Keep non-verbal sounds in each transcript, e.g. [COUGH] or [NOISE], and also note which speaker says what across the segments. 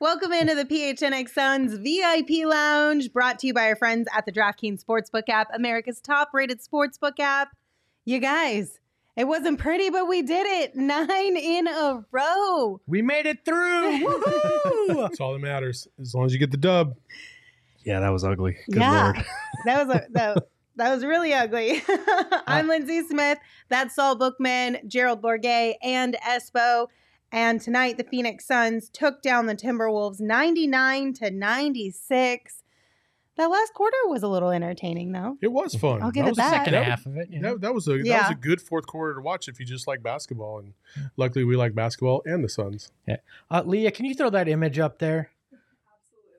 Speaker 1: Welcome into the PHNX Suns VIP Lounge, brought to you by our friends at the DraftKings Sportsbook app, America's top-rated sportsbook app. You guys, it wasn't pretty, but we did it. Nine in a row.
Speaker 2: We made
Speaker 3: [LAUGHS]
Speaker 2: it through. Woohoo!
Speaker 4: That's all that matters. As long as you get the dub.
Speaker 2: yeah, that was ugly. Good
Speaker 1: yeah,
Speaker 2: lord.
Speaker 1: [LAUGHS] that was a, that, that was really ugly. [LAUGHS] I'm Lindsay Smith. That's Saul Bookman, Gerald Bourget, and Espo. And tonight, the Phoenix Suns took down the Timberwolves 99 to 96. That last quarter was a little entertaining, though.
Speaker 4: It was fun.
Speaker 1: I'll give
Speaker 4: that
Speaker 1: it
Speaker 4: was,
Speaker 1: that.
Speaker 3: second
Speaker 4: That
Speaker 3: half of it. Yeah.
Speaker 4: That, that was a that
Speaker 1: Yeah.
Speaker 4: was a good fourth quarter to watch if you just like basketball. And luckily, we like basketball and the Suns.
Speaker 3: Uh, Leah, can you throw that image up there?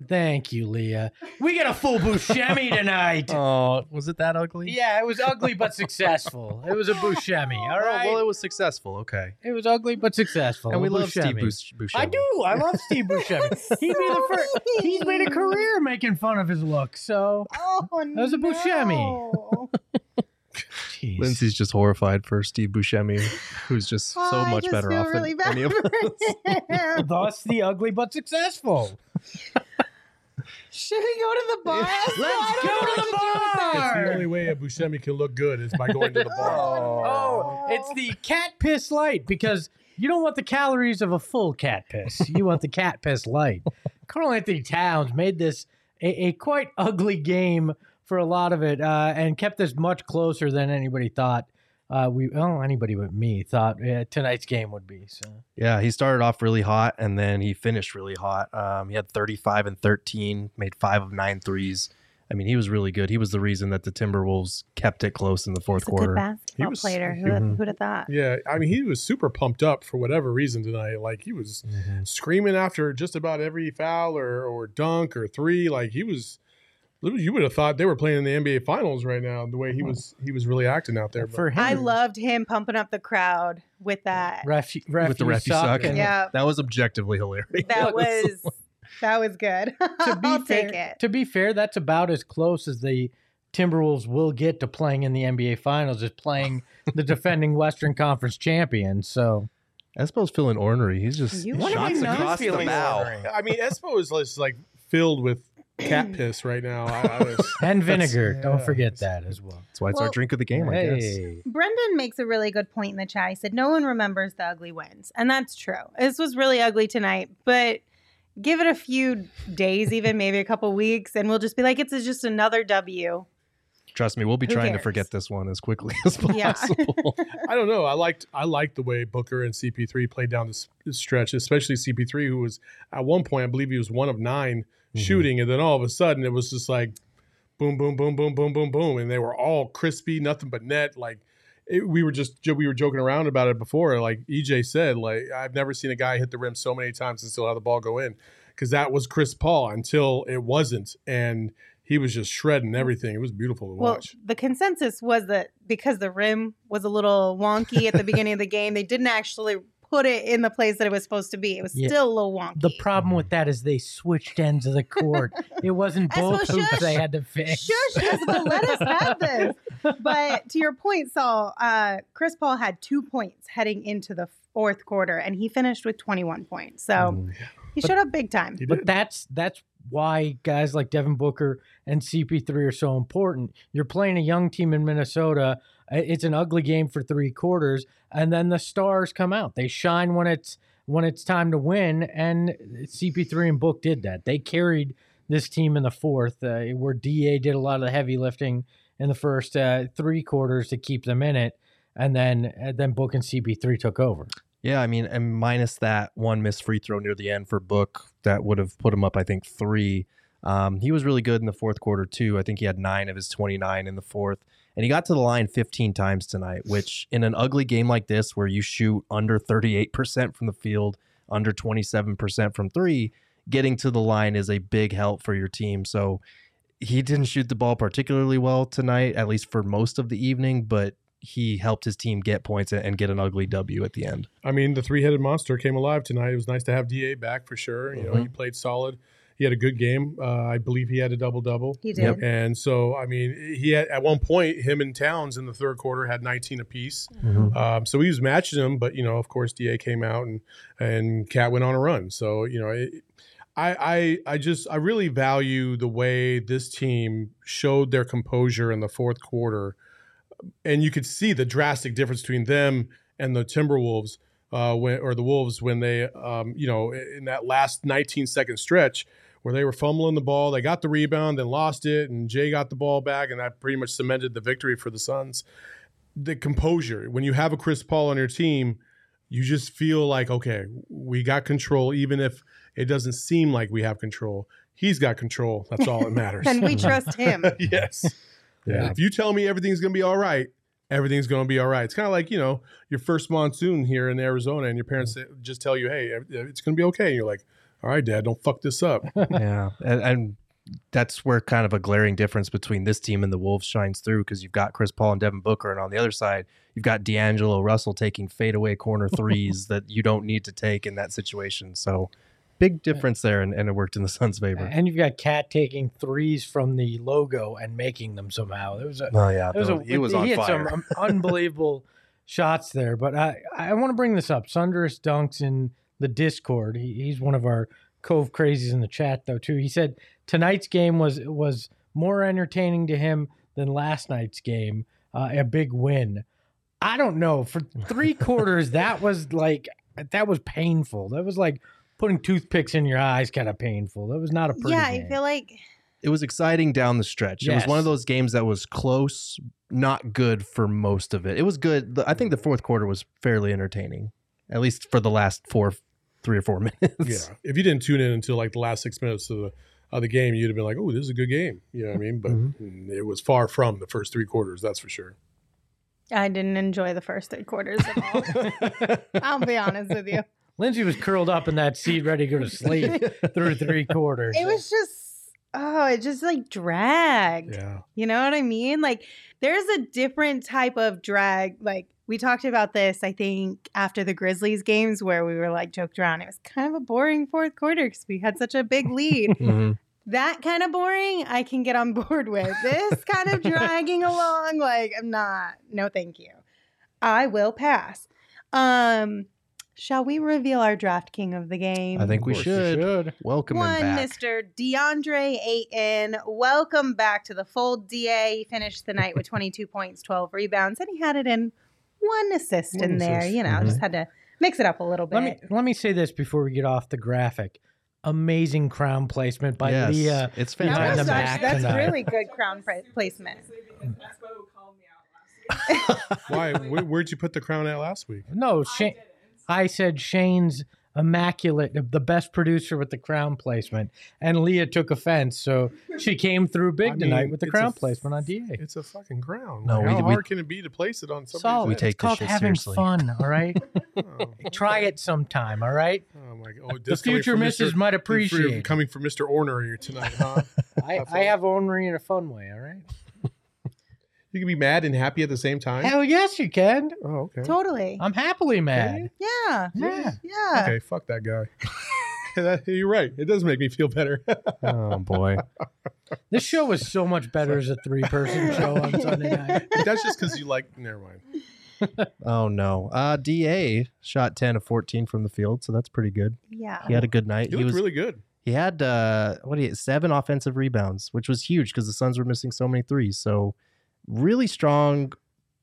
Speaker 3: Thank you, Leah. We get a full [LAUGHS] Buscemi tonight.
Speaker 2: Oh, was it that ugly?
Speaker 3: yeah, it was ugly but successful. It was a [LAUGHS] Buscemi. All
Speaker 2: Oh,
Speaker 3: right.
Speaker 2: well, it was successful. Okay.
Speaker 3: it was ugly but successful.
Speaker 2: and we
Speaker 3: A
Speaker 2: love Steve
Speaker 3: Buscemi.
Speaker 2: Bush- Buscemi.
Speaker 3: I do. I love Steve [LAUGHS] Buscemi. he made the first. He's made a career making fun of his look. So,
Speaker 1: Oh, that
Speaker 3: was a Buscemi.
Speaker 1: [LAUGHS]
Speaker 3: jeez.
Speaker 2: Lindsay's just horrified for Steve Buscemi, who's just so
Speaker 1: Oh, I
Speaker 2: much
Speaker 1: just
Speaker 2: better
Speaker 1: feel
Speaker 2: off
Speaker 1: really
Speaker 2: than any of
Speaker 1: [LAUGHS] bad for [LAUGHS] him.
Speaker 3: [LAUGHS] Thus, the ugly but successful.
Speaker 1: Should we go to the bar?
Speaker 2: Let's
Speaker 1: I don't
Speaker 3: go
Speaker 1: know
Speaker 3: to
Speaker 1: what
Speaker 3: the
Speaker 1: do with that.
Speaker 3: bar.
Speaker 4: That's the only way a Buscemi can look good is by going to the
Speaker 1: [LAUGHS]
Speaker 4: bar.
Speaker 3: Oh, it's the cat piss light because you don't want the calories of a full cat piss. You want the cat piss light. [LAUGHS] Carl Anthony Towns made this a, a quite ugly game for a lot of it uh, and kept this much closer than anybody thought. Uh, we well, anybody but me thought uh, tonight's game would be. So
Speaker 2: Yeah, he started off really hot and then he finished really hot. Um, he had 35 and 13, made five of nine threes. I mean, he was really good. He was the reason that the Timberwolves kept it close in the fourth
Speaker 1: He's a
Speaker 2: quarter.
Speaker 1: good basketball
Speaker 4: He was-
Speaker 1: player.
Speaker 4: he-
Speaker 1: Who would who'd have thought?
Speaker 4: Yeah, I mean, he was super pumped up for whatever reason tonight. Like he was screaming after just about every foul or or dunk or three. Like he was. You would have thought they were playing in the NBA Finals right now. The way
Speaker 1: Uh-huh.
Speaker 4: he was, he was really acting out there. But
Speaker 3: for him,
Speaker 1: I loved him pumping up the crowd with that. [LAUGHS]
Speaker 3: ref,
Speaker 2: With the refs, you suck.
Speaker 3: and-
Speaker 1: Yeah.
Speaker 2: That was objectively hilarious. [LAUGHS]
Speaker 1: That was that was good.
Speaker 3: to
Speaker 1: [LAUGHS]
Speaker 3: be
Speaker 1: I'll
Speaker 3: fair,
Speaker 1: take it.
Speaker 3: to be fair, that's about as close as the Timberwolves will get to playing in the NBA Finals is
Speaker 1: [LAUGHS]
Speaker 3: playing the defending Western Conference champion. So
Speaker 2: Espo's feeling ornery. He's just
Speaker 1: You-
Speaker 2: he
Speaker 1: What am I
Speaker 2: shots
Speaker 3: not
Speaker 2: across the
Speaker 3: feeling
Speaker 2: bow.
Speaker 3: ornery?
Speaker 4: I mean, Espo is just like filled with cat piss right now. I, I was,
Speaker 3: and vinegar, don't
Speaker 4: yeah.
Speaker 3: forget that as well.
Speaker 2: That's why it's
Speaker 1: Well-
Speaker 2: our drink of the game, I guess.
Speaker 3: Hey,
Speaker 1: Brendan makes a really good point in the chat. He said, No one remembers the ugly wins. And that's true. This was really ugly tonight, but give it a few days, even maybe a couple weeks, and we'll just be like, It's just another W.
Speaker 2: Trust me, we'll be
Speaker 1: Who
Speaker 2: trying
Speaker 1: cares?
Speaker 2: to forget this one as quickly [LAUGHS] as
Speaker 1: Yeah. [LAUGHS]
Speaker 2: possible.
Speaker 4: I don't know. I liked I liked the way Booker and CP3 played down this stretch, especially CP3, who was at one point I believe he was one of 9
Speaker 2: Mhm.
Speaker 4: shooting, and then all of a sudden it was just like boom, boom, boom, boom, boom, boom, boom, and they were all crispy, nothing but net. Like it, we were just jo- we were joking around about it before. Like EJ said, like I've never seen a guy hit the rim so many times and still have the ball go in, because that was Chris Paul until it wasn't, and he was just shredding everything. It was beautiful to
Speaker 1: Well,
Speaker 4: watch.
Speaker 1: the consensus was that because the rim was a little wonky at the beginning
Speaker 3: [LAUGHS]
Speaker 1: of the game, they didn't actually put it in the place that it was supposed to be. It was
Speaker 3: Yeah.
Speaker 1: still a little wonky.
Speaker 3: the problem with that is they switched ends of the court. it wasn't
Speaker 1: [LAUGHS] That's
Speaker 3: both
Speaker 1: what
Speaker 3: hoops
Speaker 1: shush-
Speaker 3: they had to fix.
Speaker 1: Shush, Isabel, let us
Speaker 3: [LAUGHS]
Speaker 1: have this. But to your point, Saul, uh, Chris Paul had two points heading into the
Speaker 2: Mm-hmm. Mm.
Speaker 1: fourth quarter, and he finished with 21 points. So he showed up big time.
Speaker 4: He did.
Speaker 3: But that's that's why guys like Devin Booker and CP3 are so important. You're playing a young team in Minnesota. Uh, It's an ugly game for three quarters, and then the stars come out. They shine when it's when it's time to win, and CP3 and Book did that. They carried this team in the fourth, uh, where Da did a lot of the heavy lifting in the first uh, three quarters to keep them in it, and then and then Book and CP3 took over.
Speaker 2: Yeah, I mean, and minus that one missed free throw near the end for Book, that would have put him up, I think, three. Um, he was really good in the fourth quarter, too. I think he had nine of his 29 in the fourth. And he got to the line 15 times tonight, which in an ugly game like this, where you shoot under 38% from the field, under 27% from three, getting to the line is a big help for your team. So he didn't shoot the ball particularly well tonight, at least for most of the evening, but he helped his team get points and- and get an ugly W at the end.
Speaker 4: I mean, the three headed monster came alive tonight. It was nice to have Da back for sure. You know,
Speaker 2: Mhm.
Speaker 4: he played solid. He had a good game. Uh, I believe he had a double double.
Speaker 1: He did.
Speaker 2: Yep.
Speaker 4: And so, I mean, he had at one point him and Towns in the third quarter had 19 apiece. Um, so he was matching them, but you know, of course, Da came out and and Cat went on a run. So you know, it, I I I just I really value the way this team showed their composure in the fourth quarter, and you could see the drastic difference between them and the Timberwolves. Uh, when, or the Wolves when they, um, you know, in that last 19 second stretch where they were fumbling the ball, they got the rebound, then lost it, and Jay got the ball back, and that pretty much cemented the victory for the Suns the composure when you have a Chris Paul on your team, you just feel like okay, we got control, even if it doesn't seem like we have control. He's got control. That's all that matters.
Speaker 1: And we trust him.
Speaker 2: [LAUGHS]
Speaker 4: yes. Yeah. If you tell me everything's gonna be all right, everything's gonna be all right. It's kind of like you know your first monsoon here in Arizona, and your parents say- just tell you, hey, ev- it's gonna be okay. And you're like, all right, Dad, don't fuck this up.
Speaker 2: [LAUGHS] yeah, and, and that's where kind of a glaring difference between this team and the Wolves shines through because you've got Chris Paul and Devin Booker, and on the other side, you've got D'Angelo Russell taking
Speaker 3: [LAUGHS]
Speaker 2: fadeaway corner threes that you don't need to take in that situation. So, big difference there, and, and it worked in the Suns' favor.
Speaker 3: And you've got Cat taking threes from the logo and making them somehow. There was a
Speaker 2: Oh yeah,
Speaker 3: It was
Speaker 2: though,
Speaker 3: a,
Speaker 2: he was on
Speaker 3: had
Speaker 2: fire.
Speaker 3: some [LAUGHS] um, unbelievable shots there. But I, I want to bring this up. Sundress Dunks in the Discord. He, he's one of our Cove crazies in the chat though too. He said tonight's game was was more entertaining to him than last night's game. Uh, a big win. I don't know. For three [LAUGHS] quarters, that was like that was painful. That was like putting toothpicks in your eyes, kind of painful. That was not a pretty.
Speaker 1: yeah,
Speaker 3: game.
Speaker 1: I feel like
Speaker 2: it was exciting down the stretch. It was one of
Speaker 3: Yes.
Speaker 2: those games that was close, not good for most of it. It was good. the- I think the fourth quarter was fairly entertaining, at least for the last four, three or four [LAUGHS] minutes.
Speaker 4: Yeah. If you didn't tune in until like the last six minutes of the of the game, you'd have been like, "Oh, this is a good game." You know what I mean? But
Speaker 2: Mm-hmm.
Speaker 4: mm, it was far from the first three quarters. That's for sure.
Speaker 1: I didn't enjoy the first three quarters at all. I'll be honest with you.
Speaker 3: [LAUGHS] Lindsay was curled up in that seat, ready to
Speaker 1: [LAUGHS]
Speaker 3: go to sleep
Speaker 2: [LAUGHS]
Speaker 3: through three quarters.
Speaker 1: It was just oh, it just like dragged.
Speaker 4: Yeah.
Speaker 1: You know what I mean? Like there's a different type of drag. Like we talked about this, I think, after the Grizzlies games where we were like joked around. It was kind of a boring fourth quarter because we had such a big lead.
Speaker 2: Mhm.
Speaker 1: that kind of boring I can get on [LAUGHS] board with. This kind of dragging along, like I'm not. No, thank you. I will pass. Um, shall we reveal our draft king of the game?
Speaker 2: I think we
Speaker 4: Of course you
Speaker 2: should.
Speaker 3: should.
Speaker 2: Welcome him
Speaker 1: One,
Speaker 2: back.
Speaker 1: Mr. DeAndre Ayton. Welcome back to the fold. DA He finished the night with 22 points, 12 rebounds, and he had it in one assist
Speaker 4: One
Speaker 1: in there.
Speaker 4: assist.
Speaker 1: You know,
Speaker 2: Mhm.
Speaker 1: just had to mix it up a little bit.
Speaker 3: Mm-hmm. Let me let me say this before we get off the graphic. Amazing crown placement by
Speaker 2: Yes,
Speaker 3: Leah.
Speaker 2: It's
Speaker 3: That
Speaker 1: that
Speaker 3: was behind
Speaker 1: was
Speaker 3: uh, the
Speaker 2: fantastic.
Speaker 3: back
Speaker 1: actually, that's
Speaker 3: tonight.
Speaker 1: really good crown pra- placement.
Speaker 4: Why? Where, where'd you put the crown at last week?
Speaker 3: No, Shane, I, said Shane's immaculate, the best producer with the crown placement, and Leah took offense, so she came
Speaker 2: [LAUGHS]
Speaker 3: through big
Speaker 4: I mean,
Speaker 3: tonight with the
Speaker 4: it's
Speaker 3: crown
Speaker 4: a f-
Speaker 3: placement on DA.
Speaker 4: It's a fucking crown. No,
Speaker 2: No,
Speaker 4: like,
Speaker 2: we-
Speaker 4: how
Speaker 2: we-
Speaker 4: hard can it be to place it on
Speaker 3: Solid.
Speaker 4: somebody's?
Speaker 2: We
Speaker 4: head?
Speaker 2: take
Speaker 3: it's called
Speaker 2: this shit
Speaker 3: having
Speaker 2: seriously.
Speaker 3: fun. All
Speaker 2: [LAUGHS]
Speaker 3: right,
Speaker 4: Oh,
Speaker 3: try
Speaker 4: okay.
Speaker 3: it sometime. All right.
Speaker 4: Oh my god! Oh, disc coming
Speaker 3: future
Speaker 4: from
Speaker 3: missus
Speaker 4: Mr.
Speaker 3: might
Speaker 4: from-
Speaker 3: appreciate it.
Speaker 4: coming from Mr. Orner here tonight,
Speaker 3: [LAUGHS]
Speaker 4: huh?
Speaker 3: I,
Speaker 4: That's
Speaker 3: I
Speaker 4: all.
Speaker 3: have ornery in a fun way. All right.
Speaker 4: you can be mad and happy at the same time.
Speaker 3: Hell yes, you can.
Speaker 4: Oh, okay.
Speaker 1: Totally.
Speaker 3: I'm happily mad.
Speaker 1: Yeah.
Speaker 3: Yeah.
Speaker 1: Yeah.
Speaker 4: Okay, fuck that guy. [LAUGHS] That- You're right. It does make me feel better. [LAUGHS]
Speaker 2: Oh boy.
Speaker 3: This show was so much better as a three-person show on Sunday night.
Speaker 4: That's just because you like. Never mind.
Speaker 2: Oh no. Uh Da shot 10 of 14 from the field, so that's pretty good.
Speaker 1: Yeah.
Speaker 2: He had a good
Speaker 4: He
Speaker 2: night. He
Speaker 4: looked
Speaker 2: was
Speaker 4: really good.
Speaker 2: He had uh, what he seven offensive rebounds, which was huge because the Suns were missing so many threes. So really strong,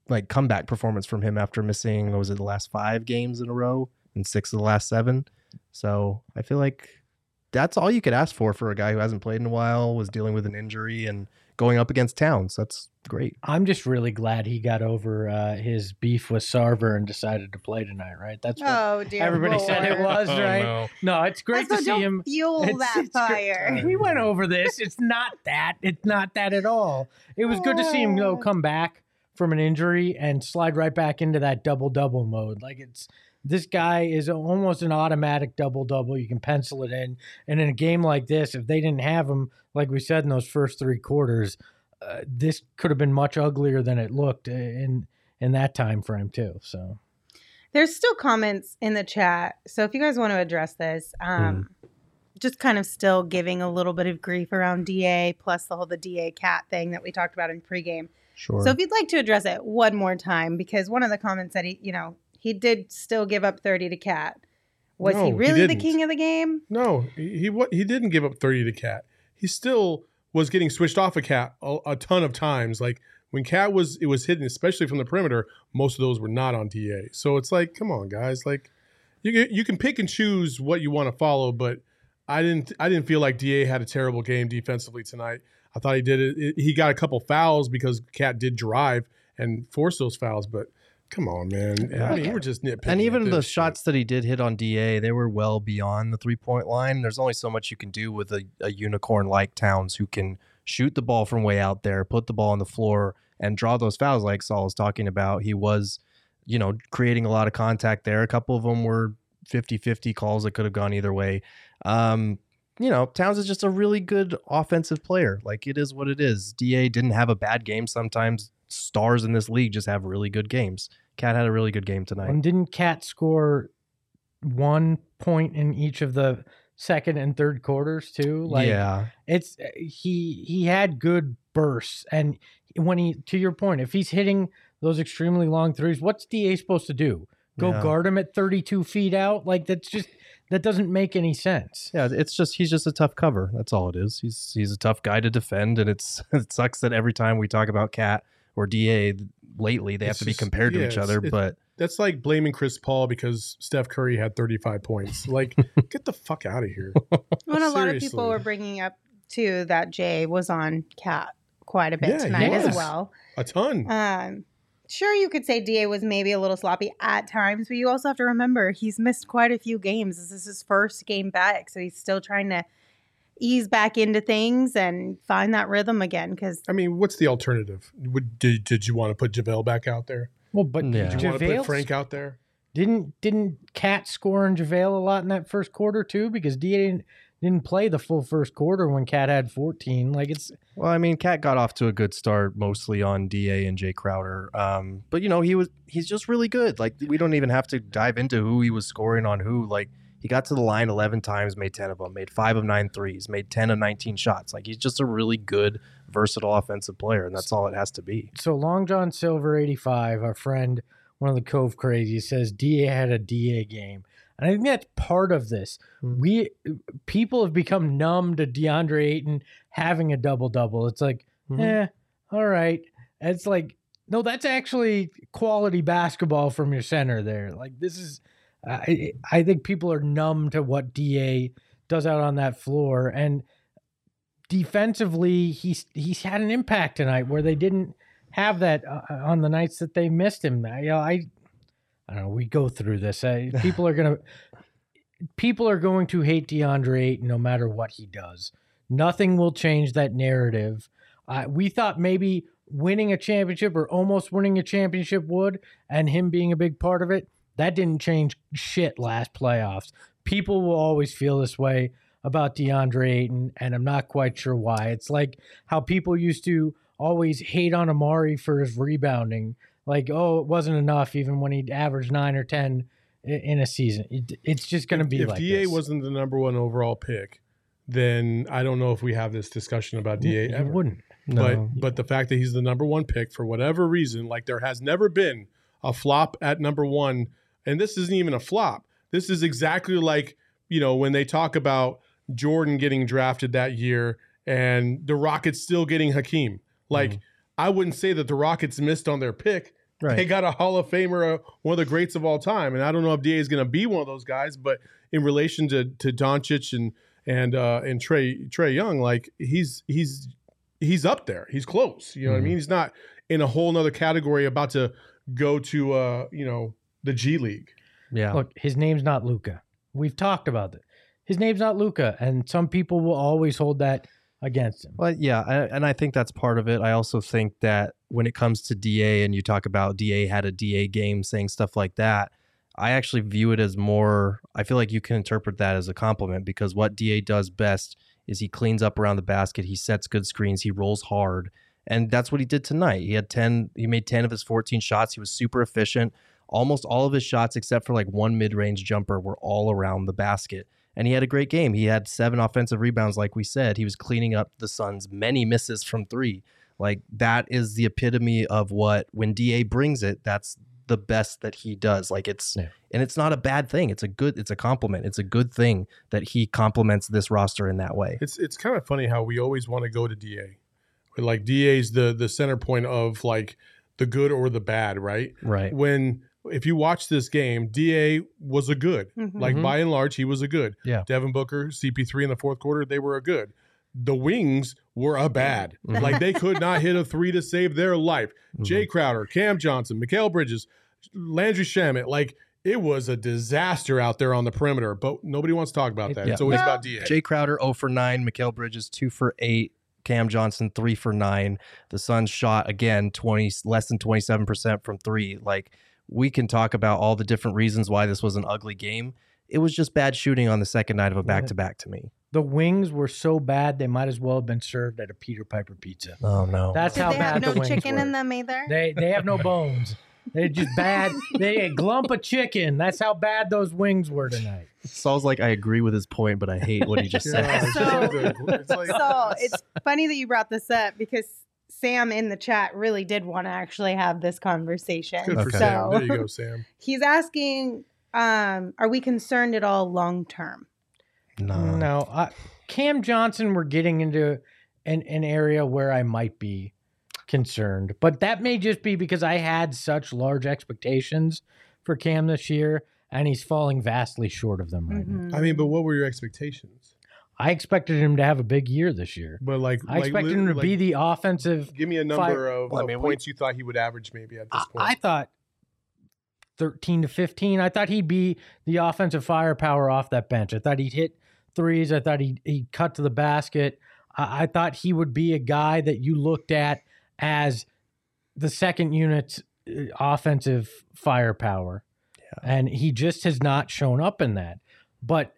Speaker 2: like comeback performance from him after missing what was it the last five games in a row and six of the last seven. So I feel like that's all you could ask for for a guy who hasn't played in a while, was dealing with an injury, and going up against Towns. That's great.
Speaker 3: I'm just really glad he got over uh, his beef with Sarver and decided to play tonight, right? That's what
Speaker 1: Oh dear.
Speaker 3: everybody said it
Speaker 1: Lord.
Speaker 3: was,
Speaker 4: [LAUGHS] Oh,
Speaker 3: right?
Speaker 4: no.
Speaker 3: No, it's great
Speaker 1: Also,
Speaker 3: to see
Speaker 1: don't
Speaker 3: him.
Speaker 1: Fuel
Speaker 3: It's-
Speaker 1: that
Speaker 3: it's great.
Speaker 1: fire.
Speaker 3: We went over this. It's not that. It's not that at all. It was good to see him though
Speaker 1: Oh.
Speaker 3: come back from an injury and slide right back into that double double mode. Like it's this guy is almost an automatic double double. You can pencil it in. And in a game like this, if they didn't have him, like we said in those first three quarters, uh, this could have been much uglier than it looked in in that time frame too. So
Speaker 1: There's still comments in the chat. So if you guys want to address this, um,
Speaker 4: Hmm.
Speaker 1: just kind of still giving a little bit of grief around DA plus the whole the DA cat thing that we talked about in pregame.
Speaker 2: Sure.
Speaker 1: So if you'd like to address it one more time, because one of the comments said he, you know, he did still give up 30 to cat. Was
Speaker 4: No,
Speaker 1: he
Speaker 4: he
Speaker 1: really the
Speaker 4: didn't.
Speaker 1: king of the game?
Speaker 4: No, he he, wa- he didn't give up 30 to Cat. He still was getting switched off of Cat a, a ton of times. Like when Cat was it was hidden, especially from the perimeter, most of those were not on DA. So it's like, come on, guys, like you can- you can pick and choose what you want to follow, but I didn't I didn't feel like DA had a terrible game defensively tonight. I thought he did it. it- He got a couple fouls because Cat did drive and force those fouls, but come on, man. I mean, we're just nitpicking.
Speaker 2: and
Speaker 4: at
Speaker 2: even the
Speaker 4: this shit.
Speaker 2: shots that he did hit on DA, they were well beyond the three point line. There's only so much you can do with a, a unicorn like Towns who can shoot the ball from way out there, put the ball on the floor, and draw those fouls like Saul was talking about. He was, you know, creating a lot of contact there. A couple of them were 50 50 calls that could have gone either way. Um, you know, Towns is just a really good offensive player. Like it is what it is. DA didn't have a bad game. Sometimes stars in this league just have really good games. Cat had a really good game tonight.
Speaker 3: And didn't Cat score one point in each of the second and third quarters too? Like
Speaker 2: yeah,
Speaker 3: it's eh, he he had good bursts and when he to your point, if he's hitting those extremely long threes, what's DA supposed to do? Go
Speaker 2: Yeah.
Speaker 3: guard him at 32 feet out? Like that's just that doesn't make any sense.
Speaker 2: yeah. It's just he's just a tough cover. That's all it is. He's he's a tough guy to defend, and it's [LAUGHS] it sucks that every time we talk about Cat or Da lately, they
Speaker 4: It's
Speaker 2: have to be
Speaker 4: just-
Speaker 2: compared
Speaker 4: yeah,
Speaker 2: to each
Speaker 4: it's-
Speaker 2: other.
Speaker 4: it's-
Speaker 2: But
Speaker 4: That's like blaming Chris Paul because Steph Curry had 35 points.
Speaker 3: [LAUGHS]
Speaker 4: Like, get the fuck out of here.
Speaker 1: [LAUGHS] When a lot of people
Speaker 4: Oh, Seriously.
Speaker 1: were bringing up too that Jay was on cat quite a bit
Speaker 4: Yeah, he
Speaker 1: tonight as
Speaker 3: was.
Speaker 1: well.
Speaker 4: A ton.
Speaker 1: Um, sure, you could say Da was maybe a little sloppy at times, but you also have to remember he's missed quite a few games. This is his first game back, so he's still trying to ease back into things and find that rhythm again. Because
Speaker 4: I mean, what's the alternative? Would, did, did you want to put JaVale back out there?
Speaker 3: Well, but
Speaker 2: Yeah.
Speaker 4: Did you want to put
Speaker 3: JaVale's-
Speaker 4: Frank out there?
Speaker 3: Didn't didn't Cat score and JaVale a lot in that first quarter too? Because DA didn't, didn't play the full first quarter when Cat had 14. Like it's
Speaker 2: well, I mean, Cat got off to a good start mostly on Da and Jay Crowder. Um, but you know, he was he's just really good. Like we don't even have to dive into who he was scoring on who. Like he got to the line eleven times, made ten of them, made five of nine threes, made ten of nineteen shots. Like he's just a really good, versatile offensive player, and that's all it has to be.
Speaker 3: so Long John Silver 85, our friend, one of the Cove Crazy, says DA had a DA game. And I think that's part of this.
Speaker 2: Hmm.
Speaker 3: We people have become numb to DeAndre Ayton having a double double. It's like, eh, all right. It's like, no, that's actually quality basketball from your center there. Like this is, I I think people are numb to what Da does out on that floor, and defensively, he's he's had an impact tonight where they didn't have that uh, on the nights that they missed him. I, you know, I, I don't know. We go through this. I, people are gonna. People are going to hate DeAndre Ayton no matter what he does. Nothing will change that narrative. Uh, we thought maybe winning a championship or almost winning a championship would, and him being a big part of it, that didn't change shit last playoffs. People will always feel this way about DeAndre Ayton, and I'm not quite sure why. It's like how people used to always hate on Amari for his rebounding. Like, oh, it wasn't enough, even when he averaged nine or 10 i- in a season. It, it's just going to be
Speaker 4: if
Speaker 3: like
Speaker 4: DA
Speaker 3: this.
Speaker 4: wasn't the number one overall pick, then I don't know if we have this discussion about DA
Speaker 3: You
Speaker 4: ever.
Speaker 3: wouldn't.
Speaker 4: But but the fact that he's the number one pick for whatever reason, like there has never been a flop at number one, and this isn't even a flop. This is exactly like you know when they talk about Jordan getting drafted that year and the Rockets still getting Hakeem. Like, I wouldn't say that the Rockets missed on their pick.
Speaker 2: Right.
Speaker 4: They got a Hall of Famer, uh, one of the greats of all time. And I don't know if DA is going to be one of those guys, but in relation to to Doncic and and uh, and Trey Trey Young, like he's he's he's up there. He's close. You know what I mean? He's not in a whole nother category about to go to uh, you know, the G League.
Speaker 2: Yeah.
Speaker 3: Look, his name's not Luca. We've talked about it. His name's not Luca, and some people will always hold that against him.
Speaker 2: Well, yeah, I, and I think that's part of it. I also think that when it comes to DA and you talk about DA had a DA game saying stuff like that, I actually view it as more, I feel like you can interpret that as a compliment because what DA does best is he cleans up around the basket, he sets good screens, he rolls hard. And that's what he did tonight. He had 10, he made 10 of his 14 shots. He was super efficient. Almost all of his shots, except for like one mid range jumper, were all around the basket and he had a great game. He had seven offensive rebounds, like we said. He was cleaning up the Suns' many misses from three. Like that is the epitome of what when Da brings it. That's the best that he does. Like it's
Speaker 3: Yeah.
Speaker 2: and it's not a bad thing. It's a good. It's a compliment. It's a good thing that he complements this roster in that way.
Speaker 4: It's it's kind of funny how we always want to go to DA. But, Like DA's the the center point of like the good or the bad, right?
Speaker 2: Right.
Speaker 4: When if you watch this game, DA was a good.
Speaker 1: Mhm.
Speaker 4: Like
Speaker 2: Mhm.
Speaker 4: by and large, he was a good.
Speaker 2: Yeah.
Speaker 4: Devin Booker, CP3 in the fourth quarter, they were a good. The wings were a bad.
Speaker 2: Mhm.
Speaker 4: Like they could not hit a three to save their life.
Speaker 3: Mm-hmm.
Speaker 4: Jay Crowder, Cam Johnson, Mikael Bridges, Landry Shamit, like it was a disaster out there on the perimeter, but nobody wants to talk about that.
Speaker 2: Yeah.
Speaker 4: It's always
Speaker 1: Well,
Speaker 4: about DA.
Speaker 2: Jay Crowder 0 for 9, Mikael Bridges 2 for 8, Cam Johnson 3 for 9. The Suns shot again 20 less than 27% from 3. Like we can talk about all the different reasons why this was an ugly game. It was just bad shooting on the second night of a back-to-back to me.
Speaker 3: The wings were so bad they might as well have been served at a Peter Piper pizza.
Speaker 2: Oh no.
Speaker 3: That's
Speaker 1: Did
Speaker 3: how
Speaker 1: they
Speaker 3: bad
Speaker 1: have
Speaker 3: the
Speaker 1: no
Speaker 3: wings
Speaker 1: chicken
Speaker 3: were.
Speaker 1: in them either?
Speaker 3: They they have no bones. They're just bad. they a
Speaker 1: [LAUGHS]
Speaker 3: glump of chicken. That's how bad those wings were tonight.
Speaker 2: Saul's like I agree with his point but I hate what he just
Speaker 4: Yeah,
Speaker 2: said.
Speaker 4: it's
Speaker 2: [LAUGHS]
Speaker 1: So-
Speaker 4: so good. It's
Speaker 1: [LAUGHS]
Speaker 4: like-
Speaker 1: so it's funny that you brought this up because Sam in the chat really did want to actually have this conversation.
Speaker 4: Good for
Speaker 2: Okay.
Speaker 4: Sam. There
Speaker 1: So
Speaker 4: you go, Sam.
Speaker 1: he's asking, um, are we concerned at all long term?
Speaker 4: Uh,
Speaker 2: No.
Speaker 3: No, I, Cam Johnson, we're getting into an, an area where I might be concerned, but that may just be because I had such large expectations for Cam this year, and he's falling vastly short of them right now.
Speaker 1: Mhm.
Speaker 4: I mean, but what were your expectations?
Speaker 3: I expected him to have a big year this year.
Speaker 4: But like,
Speaker 3: I
Speaker 4: like,
Speaker 3: expected
Speaker 4: lit-
Speaker 3: him to
Speaker 4: like,
Speaker 3: be the offensive.
Speaker 4: Give me a number
Speaker 3: five-
Speaker 4: of,
Speaker 2: Well, I
Speaker 4: of
Speaker 2: mean, we-
Speaker 4: points you thought he would average, maybe at this
Speaker 3: I,
Speaker 4: point.
Speaker 3: I thought thirteen to fifteen. I thought he'd be the offensive firepower off that bench. I thought he'd hit threes. I thought he'd, he'd cut to the basket. I, I thought he would be a guy that you looked at as the second unit's uh, offensive firepower. And he just has not shown up in that. But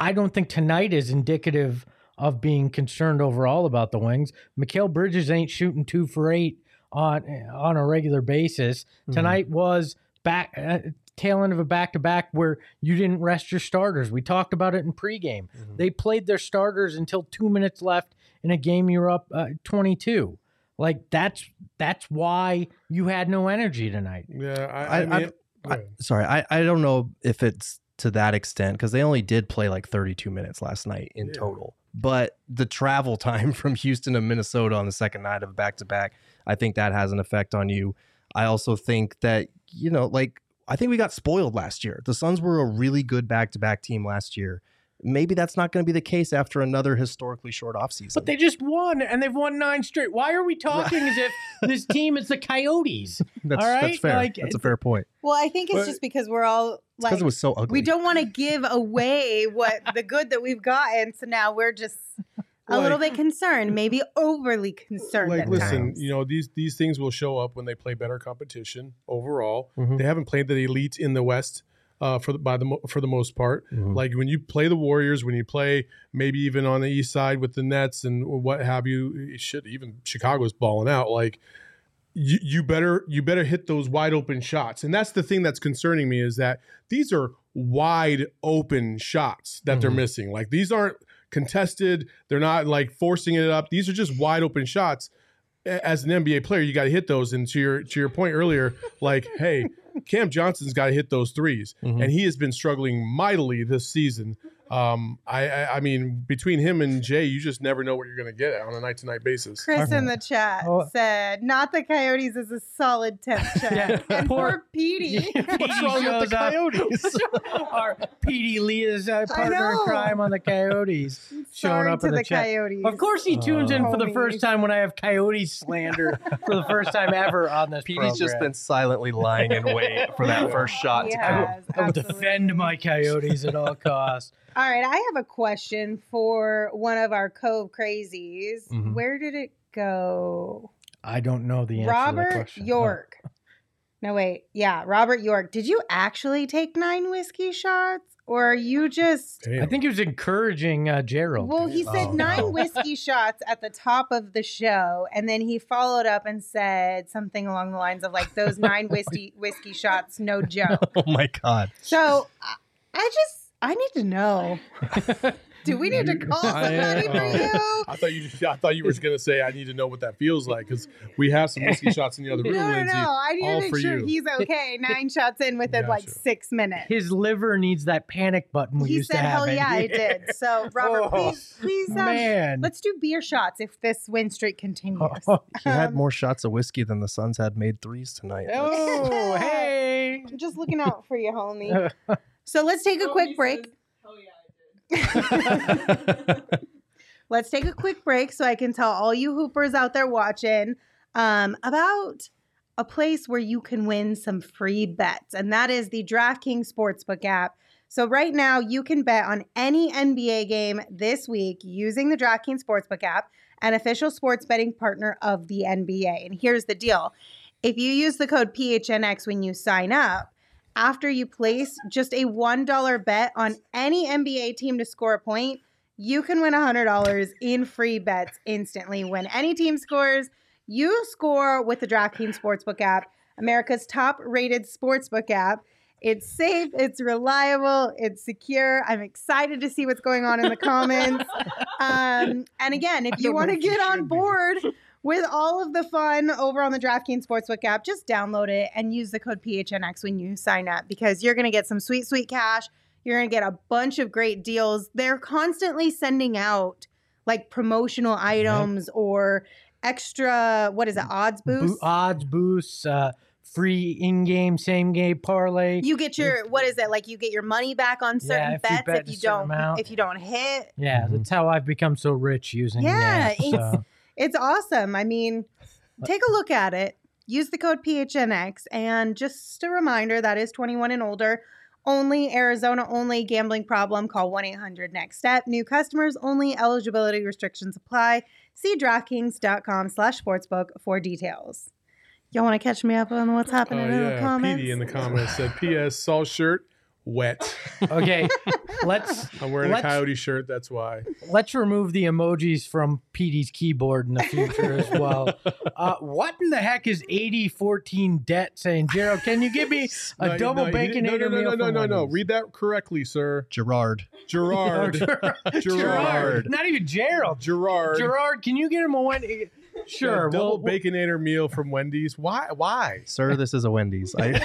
Speaker 3: I don't think tonight is indicative of being concerned overall about the wings. Mikhail Bridges ain't shooting two for eight on on a regular basis.
Speaker 1: Mm-hmm.
Speaker 3: Tonight was back uh, tail end of a back to back where you didn't rest your starters. We talked about it in pregame.
Speaker 1: Mm-hmm.
Speaker 4: Mm-hmm.
Speaker 3: They played their starters until two minutes left in a game you were up uh, twenty two. Like that's that's why you had no energy tonight.
Speaker 4: yeah, I, I,
Speaker 2: I- I-
Speaker 4: mean,
Speaker 2: I-
Speaker 4: go ahead.
Speaker 2: sorry, I, I don't know if it's to that extent because they only did play like 32 minutes last night in
Speaker 4: Yeah.
Speaker 2: total. But the travel [LAUGHS] time from Houston to Minnesota on the second night of back to back, I think that has an effect on you. I also think that, you know, like, I think we got spoiled last year. The Suns were a really good back to back team last year. Maybe that's not going to be the case after another historically short offseason.
Speaker 3: But they just won and they've won nine straight. Why are we talking as if
Speaker 1: [LAUGHS]
Speaker 3: this team is the Coyotes?
Speaker 2: that's,
Speaker 3: all
Speaker 2: that's
Speaker 3: right,
Speaker 2: fair.
Speaker 3: like,
Speaker 2: that's a fair point.
Speaker 1: Well, I think it's
Speaker 4: But-
Speaker 1: just because we're all
Speaker 2: Because
Speaker 1: like,
Speaker 2: it was so ugly.
Speaker 1: we don't want to give away what the good that we've gotten. So now we're just a little bit concerned, maybe overly concerned.
Speaker 4: like
Speaker 1: at
Speaker 4: listen,
Speaker 1: times.
Speaker 4: you know these these things will show up when they play better competition overall.
Speaker 2: Mhm.
Speaker 3: Mm-hmm.
Speaker 4: They haven't played the elite in the West uh, for the, by the mo- for the most part.
Speaker 3: Mm-hmm.
Speaker 1: Mm-hmm.
Speaker 2: Mhm.
Speaker 4: Like when you play the Warriors, when you play maybe even on the East Side with the Nets and what have you, it should even Chicago's balling out. Like you, you better you better hit those wide open shots, and that's the thing that's concerning me is that these are wide open shots that they're
Speaker 2: Mhm.
Speaker 4: missing. Like these aren't contested. They're not like forcing it up. These are just wide open shots. A- As an NBA player, you got to hit those. And to your to your point earlier, like, hey, Cam Johnson's got to hit those 3s
Speaker 3: [LAUGHS]
Speaker 2: Mhm.
Speaker 3: Mm-hmm.
Speaker 4: and he has been struggling mightily this season. Um, I, I I mean, between him and Jay, you just never know what you're going to get on a night to night basis.
Speaker 1: Chris in the chat
Speaker 3: Oh.
Speaker 1: said, "Not the Coyotes is a solid
Speaker 3: [LAUGHS]
Speaker 1: temp check."
Speaker 3: Yeah.
Speaker 1: And
Speaker 3: Poor-
Speaker 1: poor Petey. [LAUGHS]
Speaker 3: Petey shows up. [LAUGHS]
Speaker 2: coyotes?
Speaker 3: [LAUGHS] Our Petey Leah's uh,
Speaker 1: I
Speaker 3: partner in
Speaker 1: know.
Speaker 3: crime on the Coyotes showing
Speaker 1: Sorry
Speaker 3: up
Speaker 1: to
Speaker 3: in the,
Speaker 1: the
Speaker 3: chat.
Speaker 1: Coyotes.
Speaker 3: Of course, he tunes in for the first
Speaker 1: Homies.
Speaker 3: time when I have Coyote slander [LAUGHS] for the first time ever on this.
Speaker 2: Petey's just
Speaker 3: program.
Speaker 2: been silently lying in wait for that first shot to come.
Speaker 1: Yes,
Speaker 3: I will
Speaker 1: absolutely.
Speaker 3: defend my Coyotes at all costs.
Speaker 1: All right, I have a question for one of our Cove crazies.
Speaker 2: Mhm.
Speaker 1: Where did it go?
Speaker 3: I don't know the answer to that
Speaker 1: Robert
Speaker 3: question. Oh,
Speaker 1: York. No, wait. Yeah, Robert York. Did you actually take nine whiskey shots or are you just.
Speaker 4: Damn.
Speaker 3: I think he was encouraging uh, Gerald.
Speaker 1: Well, he said
Speaker 2: Oh,
Speaker 1: nine
Speaker 3: [LAUGHS]
Speaker 2: no.
Speaker 1: whiskey shots at the top of the show, and then he followed up and said something along the lines of like those nine whiskey whiskey shots, no joke.
Speaker 2: [LAUGHS] Oh my god!
Speaker 1: So I- I just I need to know. Do we need to call
Speaker 4: I-
Speaker 1: somebody for
Speaker 4: [LAUGHS]
Speaker 1: you?
Speaker 4: I thought you I thought you were going to say I need to know what that feels like because we have some whiskey shots in the other room,
Speaker 1: No, no,
Speaker 4: Lindsay. Uh,
Speaker 1: no. I need
Speaker 4: all
Speaker 1: to make
Speaker 4: for
Speaker 1: sure
Speaker 4: you.
Speaker 1: he's okay. Nine shots in within like
Speaker 4: Gotcha.
Speaker 1: six minutes.
Speaker 3: His liver needs that panic button we
Speaker 1: he
Speaker 3: used
Speaker 1: said,
Speaker 3: to have.
Speaker 1: "Hell
Speaker 3: in
Speaker 1: yeah, I
Speaker 3: here." [LAUGHS]
Speaker 1: did." So, Robert,
Speaker 3: Oh,
Speaker 1: please, please, um,
Speaker 3: Man. Oh,
Speaker 1: let's do beer shots if this win streak continues.
Speaker 2: He had
Speaker 1: Um,
Speaker 2: more shots of whiskey than the Suns had made threes tonight.
Speaker 3: Oh, hey.
Speaker 1: [LAUGHS] Just looking out for you, homie. So let's take a quick break. [LAUGHS] Let's take a quick break so I can tell all you hoopers out there watching um, about a place where you can win some free bets, and that is the DraftKings Sportsbook app. So, right now, you can bet on any NBA game this week using the DraftKings Sportsbook app, an official sports betting partner of the NBA. And here's the deal if you use the code PHNX when you sign up, after you place just a $1 bet on any NBA team to score a point, you can win $100 in free bets instantly. When any team scores, you score with the DraftKings Sportsbook app, America's top rated sportsbook app. It's safe, it's reliable, it's secure. I'm excited to see what's going on in the [LAUGHS] comments. Um, and again, if you want to get on board with all of the fun over on the DraftKings Sportsbook app, just download it and use the code PHNX when you sign up because you're going to get some sweet, sweet cash. You're going to get a bunch of great deals. They're constantly sending out like promotional items or extra, what is it, odds boost?
Speaker 3: Bo- odds boosts, uh, free in-game, same-game parlay.
Speaker 1: you get your what is it like you get your money back on certain
Speaker 3: Yeah, if you
Speaker 1: bets
Speaker 3: bet
Speaker 1: if
Speaker 3: a
Speaker 1: you
Speaker 3: certain
Speaker 1: don't
Speaker 3: amount.
Speaker 1: if you don't hit
Speaker 3: yeah, that's how I've become so rich using
Speaker 1: Yeah,
Speaker 3: that.
Speaker 1: it's-
Speaker 3: so.
Speaker 1: It's awesome. I
Speaker 4: [LAUGHS]
Speaker 1: mean, take a look at it. Use the code PHNX. And just a reminder that is 21 and older. Only Arizona only gambling problem. Call 1 800 next step. New customers only. Eligibility restrictions apply. See DraftKings.com slash sportsbook for details. Y'all want to catch me up on what's
Speaker 4: Oh
Speaker 1: happening in the
Speaker 4: yeah,
Speaker 1: comments?
Speaker 4: PD in the comments said, "P.S. Saul shirt wet.
Speaker 1: [LAUGHS]
Speaker 3: okay, let's
Speaker 4: I'm wearing
Speaker 3: Let's-
Speaker 4: a coyote shirt. That's why."
Speaker 3: let's remove the emojis from PD's keyboard in the future as
Speaker 4: [LAUGHS]
Speaker 3: well. Uh, what in the heck is eighty fourteen debt saying, Gerald? Can you give
Speaker 4: [LAUGHS]
Speaker 3: me a
Speaker 4: No,
Speaker 3: double
Speaker 4: no, you
Speaker 3: baconator
Speaker 4: didn't- No, no, no,
Speaker 3: meal
Speaker 4: no, no,
Speaker 3: for
Speaker 4: no, no.
Speaker 3: Wendy's?
Speaker 4: Read that correctly, sir.
Speaker 2: Gerard.
Speaker 4: Gerard.
Speaker 3: Oh, Gerard,
Speaker 4: Gerard.
Speaker 3: not even Gerald.
Speaker 4: Gerard.
Speaker 3: Gerard, can you get him a one?
Speaker 4: A
Speaker 3: Sure,
Speaker 4: double
Speaker 3: we'll-
Speaker 4: baconator meal from Wendy's. Why? Why?
Speaker 2: Sir, this is a Wendy's. I,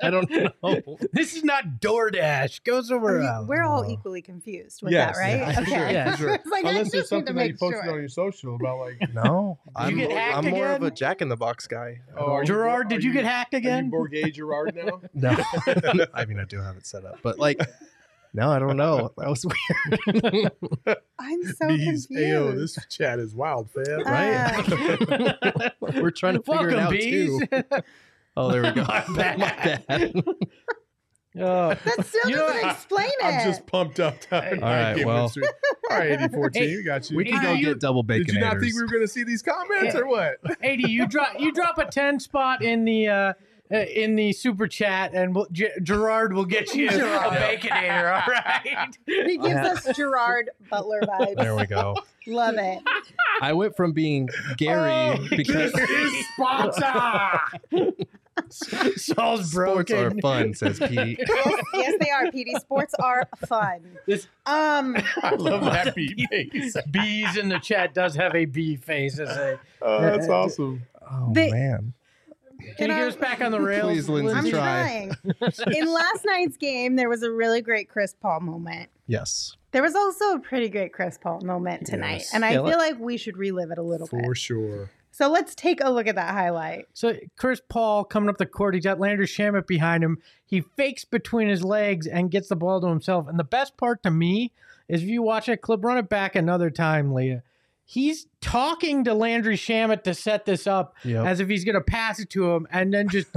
Speaker 2: [LAUGHS] I don't know.
Speaker 3: This is not DoorDash. uh, Go
Speaker 1: Are
Speaker 3: somewhere
Speaker 1: you-
Speaker 3: else.
Speaker 1: we're all equally confused with
Speaker 4: Yes,
Speaker 1: that, right?
Speaker 4: [LAUGHS] yeah, for sure,
Speaker 1: okay.
Speaker 3: yeah.
Speaker 4: for sure.
Speaker 1: [LAUGHS] It's like, I
Speaker 4: Unless
Speaker 1: just need
Speaker 4: there's
Speaker 1: to
Speaker 4: something that you
Speaker 1: make
Speaker 4: posted on
Speaker 1: sure.
Speaker 4: your social about [LAUGHS] like.
Speaker 2: [LAUGHS] No, I'm,
Speaker 3: get hacked
Speaker 2: I'm more of a
Speaker 3: again?
Speaker 2: Jack in the Box guy.
Speaker 4: Oh, are you-
Speaker 3: Gerard,
Speaker 4: are
Speaker 3: did you, get hacked
Speaker 4: Are you
Speaker 3: again?
Speaker 4: Bourget Gerard now?
Speaker 2: No, [LAUGHS] I mean I do have it set up, but like, no, I don't know. That was [LAUGHS] weird.
Speaker 1: I'm [LAUGHS] so
Speaker 4: Bees,
Speaker 1: confused. Uh,
Speaker 4: Ayo, this chat is wild, fam.
Speaker 2: right? We're trying to figure it
Speaker 3: Welcome,
Speaker 2: out
Speaker 3: bees.
Speaker 2: too. Oh, there we go.
Speaker 3: I'm back.
Speaker 2: My bad.
Speaker 3: Oh.
Speaker 1: That still
Speaker 3: You know
Speaker 1: doesn't
Speaker 3: what?
Speaker 1: explain it.
Speaker 3: [LAUGHS]
Speaker 4: I'm just pumped up. [LAUGHS] All
Speaker 2: right,
Speaker 4: all
Speaker 2: well.
Speaker 1: [LAUGHS]
Speaker 4: right, eighty fourteen. You got you.
Speaker 2: [LAUGHS] We can go
Speaker 3: Hey,
Speaker 2: get double bacon.
Speaker 4: Did you not think we were going to see these comments or what? [LAUGHS]
Speaker 3: Ad, you drop you drop a ten spot in the uh, uh, in the super chat, and we'll, G- Gerard will get you a baconator. All right.
Speaker 1: He gives us Gerard
Speaker 3: [LAUGHS]
Speaker 1: Butler vibes.
Speaker 2: There we go.
Speaker 1: Love it.
Speaker 2: I went from being Gary because
Speaker 3: is [LAUGHS] sponsor. [LAUGHS] Saul's
Speaker 2: sports are
Speaker 3: broken.
Speaker 2: fun, says Pete. [LAUGHS]
Speaker 1: Yes, yes, they are. PD sports are fun.
Speaker 3: This-
Speaker 1: Um,
Speaker 4: I love
Speaker 3: [LAUGHS]
Speaker 4: that beat bass.
Speaker 3: Bees
Speaker 4: Uh,
Speaker 3: in the chat does have a bee face. As a,
Speaker 1: [LAUGHS]
Speaker 4: Oh, that's awesome.
Speaker 2: Oh
Speaker 1: The-
Speaker 2: man.
Speaker 3: Can you
Speaker 1: And
Speaker 3: get
Speaker 1: I-
Speaker 3: us back on the rails?
Speaker 2: Please, Lindsay,
Speaker 1: I'm
Speaker 2: try.
Speaker 1: trying.
Speaker 3: [LAUGHS]
Speaker 1: In last night's game, there was a really great Chris Paul moment.
Speaker 2: Yes.
Speaker 1: There was also a pretty great Chris Paul moment tonight,
Speaker 4: Yes.
Speaker 1: and I
Speaker 2: Yeah, let-
Speaker 1: feel like we should relive it a little
Speaker 4: for
Speaker 1: bit.
Speaker 4: sure.
Speaker 1: So let's take a look at that highlight.
Speaker 3: So Chris Paul coming up the court, he's got Landry Shamit behind him. He fakes between his legs and gets the ball to himself. And the best part to me is if you watch that clip, run it back another time, Leah. He's talking to Landry Shamit to set this up
Speaker 2: Yep.
Speaker 3: as if he's going to pass it to him, and then
Speaker 2: [LAUGHS]
Speaker 3: just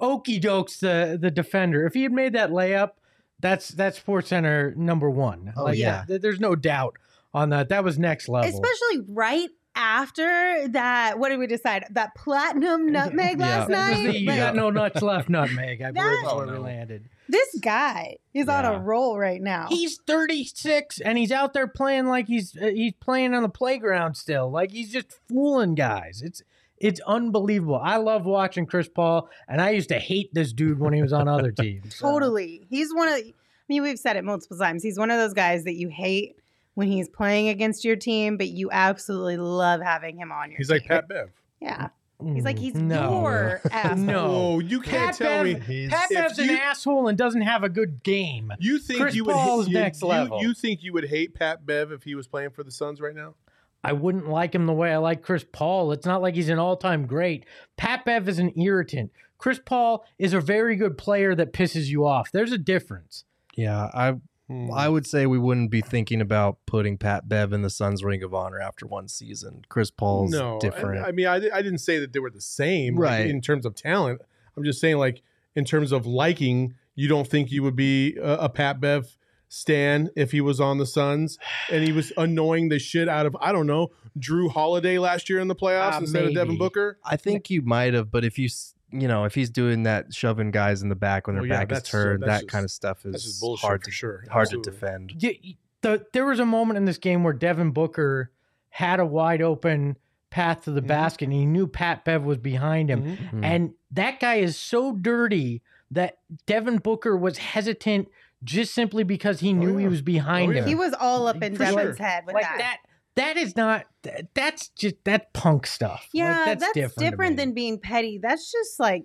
Speaker 3: okey dokes the the defender. If he had made that layup, that's that's Sports Center number one.
Speaker 2: Oh,
Speaker 3: Like,
Speaker 2: yeah.
Speaker 3: th- there's no doubt on that. That was next level.
Speaker 1: Especially right after that, what did we decide? That
Speaker 3: [LAUGHS]
Speaker 1: platinum nutmeg
Speaker 2: Yeah.
Speaker 1: last
Speaker 3: That was
Speaker 1: night?
Speaker 3: the you [LAUGHS]
Speaker 1: Like,
Speaker 3: got no
Speaker 2: [LAUGHS]
Speaker 3: nuts left nutmeg. I believe is
Speaker 1: That-
Speaker 3: where we
Speaker 2: Oh, no.
Speaker 3: landed.
Speaker 1: This guy is on
Speaker 3: Yeah.
Speaker 1: a roll right now.
Speaker 3: He's 36 and he's out there playing like he's uh, he's playing on the playground still. Like he's just fooling guys. It's it's unbelievable. I love watching Chris Paul, and I used to hate this dude when he was
Speaker 1: [LAUGHS]
Speaker 3: on other teams. so.
Speaker 1: Totally. He's one of, I mean, we've said it multiple times. He's one of those guys that you hate when he's playing against your team, but you absolutely love having him on your
Speaker 4: He's like
Speaker 1: team.
Speaker 4: Pat Bev.
Speaker 1: Yeah. He's like, he's
Speaker 3: "Mm, No.
Speaker 1: your asshole.
Speaker 4: [LAUGHS]
Speaker 3: No.
Speaker 4: Oh, you can't
Speaker 3: Pat
Speaker 4: tell
Speaker 3: Bev-
Speaker 4: me.
Speaker 2: He's
Speaker 3: Pat
Speaker 4: If
Speaker 3: Bev's an
Speaker 4: you-
Speaker 3: asshole and doesn't have a good game.
Speaker 4: You think
Speaker 3: Chris
Speaker 4: you would
Speaker 3: Paul
Speaker 4: hate,
Speaker 3: is
Speaker 4: you,
Speaker 3: next
Speaker 4: you-
Speaker 3: level.
Speaker 4: you think you would hate Pat Bev if he was playing for the Suns right now?
Speaker 3: I wouldn't like him the way I like Chris Paul. It's not like he's an all-time great. Pat Bev is an irritant. Chris Paul is a very good player that pisses you off. There's a difference.
Speaker 2: Yeah. I
Speaker 4: Hmm.
Speaker 2: I would say we wouldn't be thinking about putting Pat Bev in the Suns Ring of Honor after one season. Chris Paul's
Speaker 4: no, I-
Speaker 2: different.
Speaker 4: I, mean, I, di- I didn't say that they were the same, like,
Speaker 2: Right.
Speaker 4: in terms of talent, I'm just saying, like in terms of liking, you don't think you would be a, a Pat Bev stan if he was on the
Speaker 2: [SIGHS]
Speaker 4: Suns and he was annoying the shit out of I don't know Drew Holiday last year in the
Speaker 3: Uh,
Speaker 4: playoffs
Speaker 2: Ah,
Speaker 4: instead of
Speaker 3: maybe.
Speaker 4: Devin Booker.
Speaker 2: I think you might have, but if you s- you know if he's doing that shoving guys in the back when their
Speaker 4: Well, Oh, yeah,
Speaker 2: back is
Speaker 4: that's-
Speaker 2: turned,
Speaker 4: that's
Speaker 2: that kind of
Speaker 4: just-
Speaker 2: stuff
Speaker 4: That's
Speaker 2: is
Speaker 4: just bullshit
Speaker 2: hard
Speaker 4: for
Speaker 2: to
Speaker 4: sure.
Speaker 2: hard to
Speaker 4: Absolutely.
Speaker 2: defend.
Speaker 3: Y- y- the, there was a moment in this game where Devin Booker had a wide open path to the
Speaker 4: Mhm.
Speaker 3: basket and he knew Pat Bev was behind him.
Speaker 4: Mhm.
Speaker 2: Mhm.
Speaker 3: And that guy is so dirty that Devin Booker was hesitant just simply because he knew he
Speaker 4: yeah.
Speaker 3: was behind
Speaker 4: Oh, yeah.
Speaker 3: him.
Speaker 1: He was all up in
Speaker 4: For sure.
Speaker 1: Devin's head with
Speaker 3: like
Speaker 1: that.
Speaker 3: that. That is not. th- That's just that punk stuff. Like,
Speaker 1: Yeah, that's,
Speaker 3: to
Speaker 1: different,
Speaker 3: me.
Speaker 1: than being petty. That's just like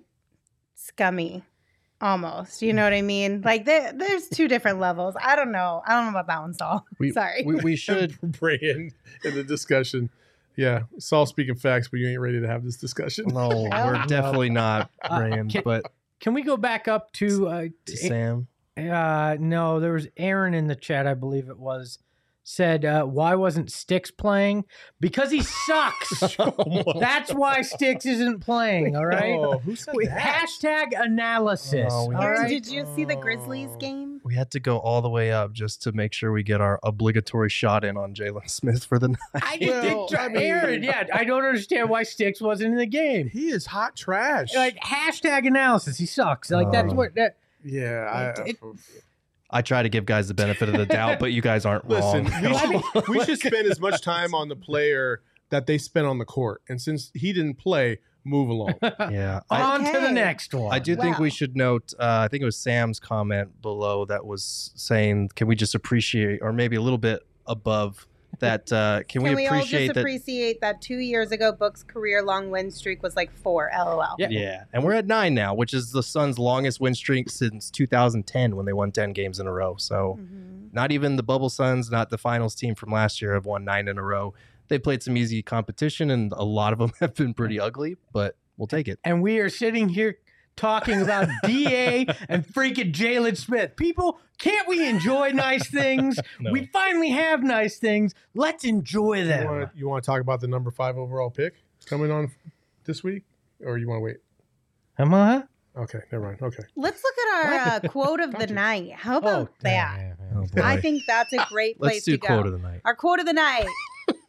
Speaker 1: scummy, almost. You know what I mean? Like there, there's two different levels. I don't know. I don't know about that one, Saul.
Speaker 2: we,
Speaker 1: Sorry.
Speaker 2: we, [LAUGHS] we [LAUGHS] should.
Speaker 4: [LAUGHS] bring in in the discussion. Yeah, Saul speaking facts, but you ain't ready to have this
Speaker 2: [LAUGHS]
Speaker 4: discussion. [LAUGHS]
Speaker 2: No, we're definitely not
Speaker 3: Uh,
Speaker 2: Rand,
Speaker 3: can-
Speaker 2: but
Speaker 3: Can we go back up to? Uh,
Speaker 2: to
Speaker 3: A-
Speaker 2: Sam.
Speaker 3: uh, no, there was Aaron in the chat, I believe it was, said, uh, "Why wasn't Sticks playing? Because he
Speaker 4: [LAUGHS]
Speaker 3: sucks. That's why Sticks isn't playing. All right.
Speaker 4: Oh, who said
Speaker 3: With
Speaker 4: that?
Speaker 3: hashtag analysis.
Speaker 2: Oh, we-
Speaker 3: all
Speaker 1: Aaron,
Speaker 3: right?
Speaker 1: did you see the Grizzlies
Speaker 4: Oh.
Speaker 1: game?
Speaker 2: We had to go all the way up just to make sure we get our obligatory shot in on Jalen Smith for the night.
Speaker 3: I
Speaker 4: Well,
Speaker 3: did try-
Speaker 4: I mean-
Speaker 3: Aaron, yeah, I don't understand why Sticks wasn't in the game.
Speaker 4: He is hot trash.
Speaker 3: Like hashtag analysis, he sucks. Like that's
Speaker 2: Oh.
Speaker 4: Um,
Speaker 3: what that.
Speaker 4: yeah, I,
Speaker 3: It-
Speaker 2: I try to give guys the benefit of the doubt, but you guys aren't
Speaker 4: Listen,
Speaker 2: wrong.
Speaker 4: we should, [LAUGHS] we should spend as much time on the player that they spent on the court. And since he didn't play, move along.
Speaker 2: [LAUGHS] yeah, I-
Speaker 3: On to the
Speaker 1: Okay.
Speaker 3: next one.
Speaker 2: I do think we
Speaker 1: Wow.
Speaker 2: should note. Uh, I think it was Sam's comment below that was saying, "Can we just appreciate, or maybe a little bit above that? Uh,
Speaker 1: Can
Speaker 2: can, we,
Speaker 1: we all
Speaker 2: appreciate
Speaker 1: just
Speaker 2: that?"
Speaker 1: appreciate that two years ago, Book's career long win streak was like four. LOL.
Speaker 3: Yeah.
Speaker 2: yeah, and we're at nine now, which is the Suns' longest win streak since 2010 when they won 10 games in a row. So,
Speaker 1: Mhm.
Speaker 2: not even the Bubble Suns, not the finals team from last year, have won nine in a row. They played some easy competition, and a lot of them [LAUGHS] have been pretty ugly, but we'll take it.
Speaker 3: and we are sitting here talking about DA and freaking Jalen Smith. People, can't we enjoy nice things?
Speaker 2: No.
Speaker 3: We finally have nice things. Let's enjoy
Speaker 4: you,
Speaker 3: them.
Speaker 4: want to, you want to talk about the number five overall pick coming on this week? Or you want to wait?
Speaker 3: Emma?
Speaker 4: Okay, never mind. Okay.
Speaker 1: Let's look at our uh, quote of the night. How about that? I think that's
Speaker 2: [LAUGHS]
Speaker 1: a great place
Speaker 2: Oh, Let's do
Speaker 1: to go.
Speaker 2: quote of the night.
Speaker 1: our quote of the
Speaker 2: [LAUGHS]
Speaker 1: night.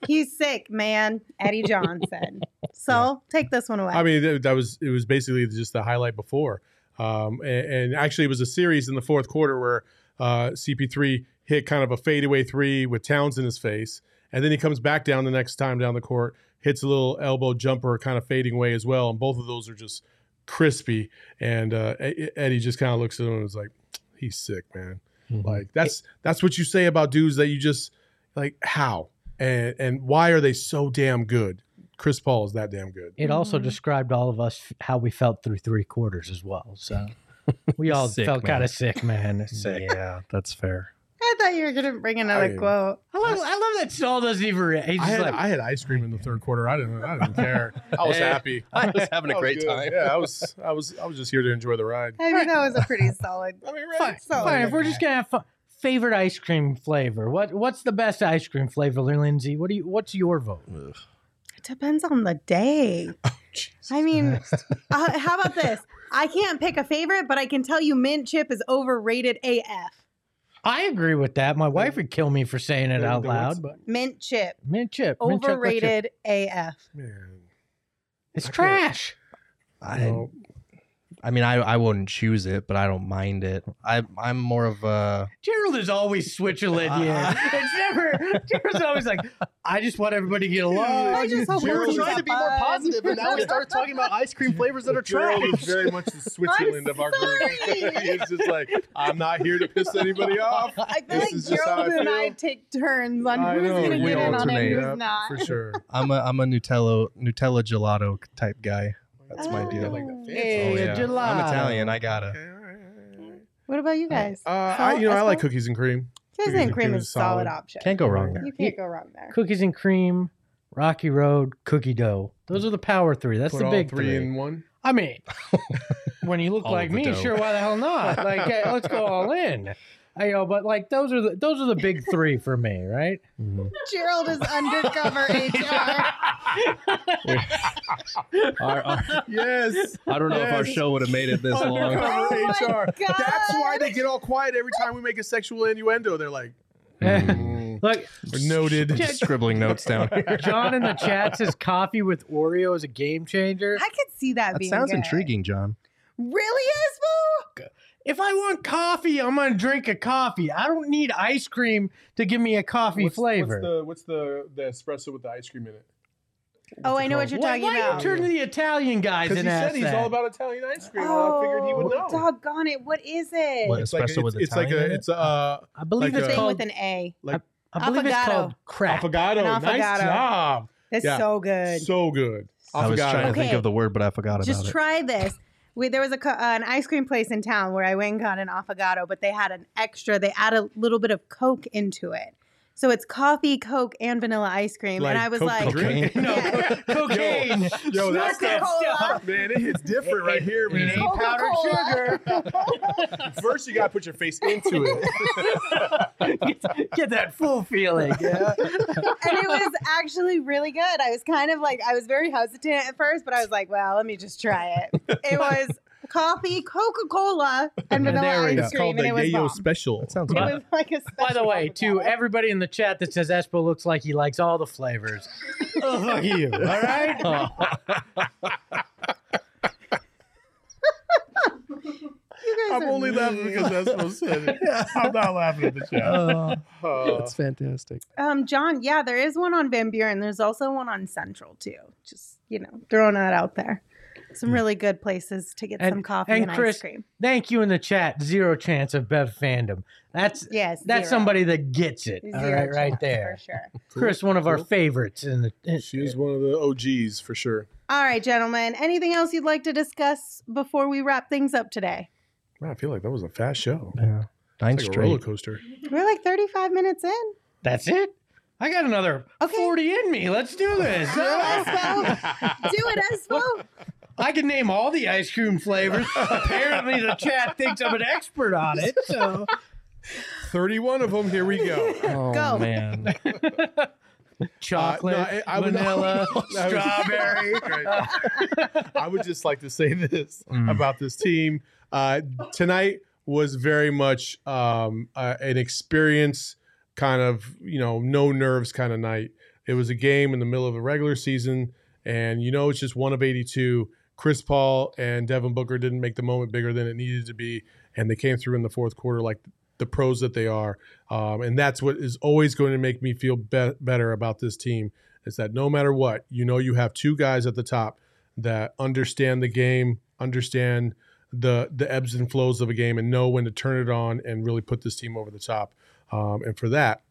Speaker 1: He's sick, man. Eddie John
Speaker 2: [LAUGHS]
Speaker 1: said. So take this one away.
Speaker 4: I mean, that, that was it was basically just the highlight before, um, and, and actually it was a series in the fourth quarter where uh, CP3 hit kind of a fadeaway three with Towns in his face, and then he comes back down the next time down the court, hits a little elbow jumper, kind of fading away as well, and both of those are just crispy, and uh, E- E- Eddie just kind of looks at him and is like, "He's sick, man." Like that's that's what you say about dudes that you just like how and and why are they so damn good? Chris Paul is that damn good.
Speaker 3: It also
Speaker 1: Mhm.
Speaker 3: described all of us f- how we felt through three quarters as well. So [LAUGHS] we all
Speaker 2: Sick,
Speaker 3: felt
Speaker 2: man.
Speaker 3: kind of sick, man. Sick.
Speaker 2: Yeah, that's fair.
Speaker 1: I thought you were going to bring another
Speaker 4: I-
Speaker 1: quote.
Speaker 3: I love, I love that Saul doesn't even. re- He's
Speaker 4: I
Speaker 3: just
Speaker 4: had,
Speaker 3: like,
Speaker 4: I had ice cream in the third quarter. I didn't. I didn't care. [LAUGHS] I was
Speaker 2: Hey,
Speaker 4: happy.
Speaker 2: I was having
Speaker 4: I
Speaker 2: a
Speaker 4: was
Speaker 2: great
Speaker 4: good.
Speaker 2: time.
Speaker 4: Yeah, I was. I was. I was just here to enjoy the ride.
Speaker 1: I mean, that was a pretty solid.
Speaker 4: I mean, right?
Speaker 3: fine,
Speaker 1: Saul.
Speaker 3: fine. If we're just gonna have fun. favorite ice cream flavor, what what's the best ice cream flavor, Lindsay? What do you? What's your vote?
Speaker 1: It depends on the day. I mean, uh, how about this? I can't pick a favorite, but I can tell you mint chip is overrated AF.
Speaker 3: I agree with that. My wife would kill me for saying it
Speaker 4: The-
Speaker 3: out
Speaker 4: the what's-
Speaker 3: loud, but
Speaker 1: Mint chip,
Speaker 3: mint chip, mint chocolate chip.
Speaker 1: overrated AF.
Speaker 4: Man,
Speaker 3: It's
Speaker 4: I can't-
Speaker 3: trash.
Speaker 2: I,
Speaker 4: no.
Speaker 2: I mean, I, I wouldn't choose it, but I don't mind it. I I'm more of a
Speaker 3: Gerald is always Switzerlandian. [LAUGHS]
Speaker 2: Uh,
Speaker 3: it's never. Gerald's always like, I just want everybody to [LAUGHS] get along.
Speaker 1: I just hope
Speaker 4: Gerald
Speaker 1: Gerald's
Speaker 4: tried
Speaker 1: got fun. [LAUGHS]
Speaker 2: start talking about ice cream flavors that are
Speaker 4: Gerald is very much [LAUGHS] the Switzerland of our group.
Speaker 1: sorry.
Speaker 4: [LAUGHS] He's just like, I'm not here to piss [LAUGHS] anybody off.
Speaker 1: I feel
Speaker 4: This
Speaker 1: like
Speaker 4: is just how
Speaker 1: Gerald
Speaker 4: I
Speaker 1: and I
Speaker 4: feel.
Speaker 1: take turns on
Speaker 4: I
Speaker 1: who's
Speaker 4: know,
Speaker 1: going to
Speaker 2: we
Speaker 1: get in on it
Speaker 2: alternate.
Speaker 1: and
Speaker 4: Yeah,
Speaker 1: who's not.
Speaker 4: for
Speaker 1: [LAUGHS]
Speaker 4: sure.
Speaker 2: I'm a I'm a Nutella Nutella gelato type guy. That's my
Speaker 1: Oh.
Speaker 2: deal.
Speaker 1: Like
Speaker 4: that
Speaker 3: Hey,
Speaker 4: fancy.
Speaker 3: a
Speaker 2: I'm Italian. I
Speaker 4: [LAUGHS] Okay,
Speaker 2: gotta.
Speaker 4: all right, all right,
Speaker 1: What about you guys?
Speaker 4: all right. Uh, I, you know, I like cookies and cream.
Speaker 1: Cookies
Speaker 4: cookies
Speaker 1: and
Speaker 4: and
Speaker 1: cream
Speaker 4: cream
Speaker 1: is
Speaker 4: is
Speaker 1: a solid
Speaker 4: solid.
Speaker 1: option.
Speaker 2: Can't go wrong
Speaker 1: [LAUGHS]
Speaker 2: there.
Speaker 1: You can't go wrong there.
Speaker 3: Cookies and cream, Rocky Road, cookie dough. Those are the power three. That's
Speaker 4: Put
Speaker 3: the
Speaker 4: all
Speaker 3: big
Speaker 4: three
Speaker 3: three.
Speaker 4: in one.
Speaker 3: I mean, when you look
Speaker 2: All
Speaker 3: like
Speaker 2: of the
Speaker 3: me,
Speaker 2: dough.
Speaker 3: sure, why the hell not? Like, hey, let's go all in. I know, but like those are the those are the big three for me, right?
Speaker 1: Gerald is undercover HR.
Speaker 2: Our- our-
Speaker 1: [LAUGHS]
Speaker 4: Yes.
Speaker 2: I don't know if our
Speaker 4: Yes.
Speaker 2: show would have made it this [LAUGHS] long.
Speaker 4: Undercover
Speaker 1: Oh my
Speaker 4: HR.
Speaker 1: God.
Speaker 4: That's why [LAUGHS] they get all quiet every time we make a sexual innuendo. They're like, mm,
Speaker 3: Look,
Speaker 4: noted.
Speaker 2: Just scribbling
Speaker 1: [LAUGHS]
Speaker 2: notes down. here.
Speaker 3: John in the chat says coffee with Oreo is a game changer.
Speaker 1: I could see that,
Speaker 2: That
Speaker 1: being
Speaker 2: sounds
Speaker 1: good.
Speaker 2: intriguing, John.
Speaker 1: Really is, boo?
Speaker 3: If I want coffee, I'm gonna drink a coffee. I don't need ice cream to give me a coffee
Speaker 4: What's-
Speaker 3: flavor.
Speaker 4: What's the, what's the the espresso with the ice cream in it?
Speaker 1: Oh, I know what you're
Speaker 3: why
Speaker 1: talking
Speaker 3: why
Speaker 1: about.
Speaker 3: you turn to the Italian guys
Speaker 4: Because
Speaker 3: and
Speaker 4: he said
Speaker 3: ask
Speaker 4: he's
Speaker 3: that?
Speaker 4: all about Italian ice cream. and I
Speaker 1: oh,
Speaker 4: figured he would know.
Speaker 1: doggone it! What is it?
Speaker 2: What?
Speaker 4: It's like
Speaker 2: Espresso
Speaker 4: a,
Speaker 2: with
Speaker 4: it's, it's like
Speaker 2: Italian in
Speaker 4: a
Speaker 2: it?
Speaker 4: it's a uh,
Speaker 3: I believe
Speaker 4: Like
Speaker 3: it's
Speaker 4: a-
Speaker 1: Thing
Speaker 3: called.
Speaker 1: with an A.
Speaker 3: I believe it's
Speaker 1: Affogato.
Speaker 3: called crap.
Speaker 4: affogato.
Speaker 1: An affogato.
Speaker 4: Nice job.
Speaker 1: That's
Speaker 4: Yeah.
Speaker 1: so good.
Speaker 4: So good.
Speaker 2: I was
Speaker 4: Affogato.
Speaker 2: trying to think
Speaker 1: Okay.
Speaker 2: of the word, but I forgot
Speaker 1: Just
Speaker 2: about
Speaker 1: try this. We, there was a co- uh, an ice cream place in town where I went and got an affogato, but they had an extra. They add a little bit of Coke into it, so it's coffee, Coke, and vanilla ice cream.
Speaker 4: Like
Speaker 1: and I was
Speaker 4: Coke
Speaker 1: like,
Speaker 2: it.
Speaker 4: drink.
Speaker 2: Okay.
Speaker 1: [LAUGHS]
Speaker 3: No,
Speaker 1: Yeah.
Speaker 3: cocaine.
Speaker 4: Yo, that's
Speaker 3: Smoke
Speaker 4: the
Speaker 3: that stuff.
Speaker 4: man. It hits different right here,
Speaker 3: It ain't
Speaker 4: man.
Speaker 3: powdered sugar.
Speaker 1: [LAUGHS]
Speaker 4: First, you gotta put your face into it.
Speaker 3: get, [LAUGHS] get that full
Speaker 4: [LAUGHS]
Speaker 3: feeling. Yeah.
Speaker 1: and it was actually really good. I was kind of like, I was very hesitant at first, but I was like, well, let me just try it. It was coffee, Coca Cola, and
Speaker 3: There
Speaker 1: vanilla
Speaker 3: we go.
Speaker 1: ice cream, and it was bomb.
Speaker 4: Special. That sounds
Speaker 1: It
Speaker 2: [LAUGHS]
Speaker 1: was like a.
Speaker 3: By the
Speaker 1: special
Speaker 3: way, e to
Speaker 1: Coca-Cola.
Speaker 3: everybody in the chat that says Espo looks like he likes all the flavors, oh, fuck
Speaker 4: [LAUGHS]
Speaker 3: you. All right.
Speaker 1: you guys
Speaker 4: I'm
Speaker 1: are
Speaker 4: only laughing
Speaker 1: mean.
Speaker 4: because that's what said it. I'm not laughing at the chat.
Speaker 2: [LAUGHS] it.
Speaker 4: Uh,
Speaker 2: Oh, That's fantastic.
Speaker 1: Um, John, yeah, there is one on Van Buren. There's also one on Central too. Just you know, throwing that out there. Some really good places to get
Speaker 3: Hmm. And-
Speaker 1: some coffee
Speaker 3: and
Speaker 1: and,
Speaker 3: Chris-
Speaker 1: ice cream.
Speaker 3: Thank you in the chat. Zero chance of Bev fandom. That's
Speaker 1: Yes,
Speaker 3: that's
Speaker 1: zero.
Speaker 3: somebody that gets it.
Speaker 1: Zero
Speaker 3: All right, right
Speaker 1: chance,
Speaker 3: there.
Speaker 1: for sure.
Speaker 3: Chris, one of our
Speaker 4: Cool.
Speaker 3: favorites in the. in-
Speaker 4: She's one of the OGs for sure.
Speaker 1: All right, gentlemen. Anything else you'd like to discuss before we wrap things up today?
Speaker 4: Man, I feel like that was a fast show.
Speaker 2: Yeah. Nine
Speaker 4: It's like a roller
Speaker 2: straight.
Speaker 4: coaster.
Speaker 1: We're like 35 minutes in.
Speaker 3: that's it. I got another
Speaker 1: Okay.
Speaker 3: forty in me. Let's do this.
Speaker 1: Do it, Espo. Do it, Espo.
Speaker 3: I can name all the ice cream
Speaker 4: Uh,
Speaker 3: flavors. Apparently, the chat thinks I'm an expert on it. So
Speaker 4: 31 of them. Here we go.
Speaker 2: Oh
Speaker 1: Go.
Speaker 2: man.
Speaker 3: chocolate,
Speaker 4: Uh, no, I- I would-
Speaker 3: vanilla,
Speaker 4: [LAUGHS] I would-
Speaker 3: strawberry.
Speaker 4: [LAUGHS] I would just like to say this
Speaker 2: Mm.
Speaker 4: about this team. Uh, tonight was very much um, uh, an experience, kind of, you know, no nerves kind of night. It was a game in the middle of a regular season, and you know, it's just one of 82. Chris Paul and Devin Booker didn't make the moment bigger than it needed to be, and they came through in the fourth quarter like the pros that they are. Um, and that's what is always going to make me feel be- better about this team is that no matter what, you know, you have two guys at the top that understand the game, understand the the ebbs and flows of a game, and know when to turn it on and really put this team over the top. Um, and for that,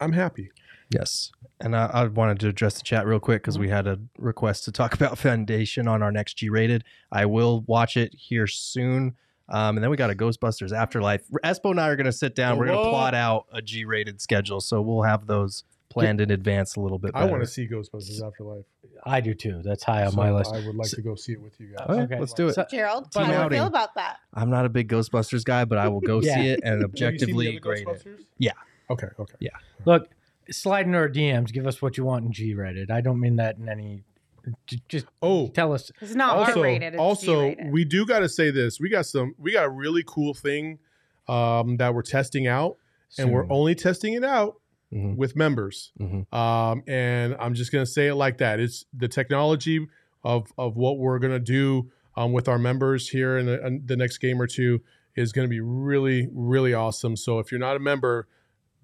Speaker 4: I'm happy.
Speaker 2: Yes. And I, I wanted to address the chat real quick because we had a request to talk [LAUGHS] about Foundation on our next G rated. I will watch it here soon. Um, and then we got a Ghostbusters Afterlife. Espo and I are going to sit down. We're going to
Speaker 4: Whoa.
Speaker 2: plot out a G rated schedule. So we'll have those planned in advance a little bit
Speaker 4: I
Speaker 2: better.
Speaker 4: want to see Ghostbusters Afterlife.
Speaker 3: I do too. That's high on
Speaker 4: So
Speaker 3: my list.
Speaker 4: I would like
Speaker 2: So-
Speaker 4: to go see it with you guys.
Speaker 2: All right,
Speaker 3: Okay.
Speaker 2: Let's do it.
Speaker 3: So-
Speaker 1: Gerald,
Speaker 2: Team
Speaker 1: how do you
Speaker 2: outing.
Speaker 1: feel about that?
Speaker 2: I'm not a big Ghostbusters guy, but I
Speaker 4: [LAUGHS]
Speaker 2: will go
Speaker 3: Yeah.
Speaker 2: see it
Speaker 4: Have you seen
Speaker 2: and
Speaker 4: the
Speaker 2: objectively
Speaker 4: other
Speaker 2: grade it.
Speaker 4: Ghostbusters?
Speaker 2: Yeah.
Speaker 4: Okay. Okay.
Speaker 3: Look, slide into our DMs. Give us what you want in G Reddit. I don't mean that in any. j- Just
Speaker 4: Oh,
Speaker 3: tell us.
Speaker 1: It's not
Speaker 4: also,
Speaker 1: R-rated. It's
Speaker 4: also
Speaker 1: G-rated.
Speaker 4: we do got to say this. We got some. We got a really cool thing um, that we're testing out, and we're
Speaker 2: soon.
Speaker 4: only testing it out
Speaker 2: Mhm.
Speaker 4: with members.
Speaker 2: Mhm.
Speaker 4: Um, and I'm just gonna say it like that. It's the technology of of what we're gonna do um, with our members here in the, in the next game or two is gonna be really really awesome. So if you're not a member,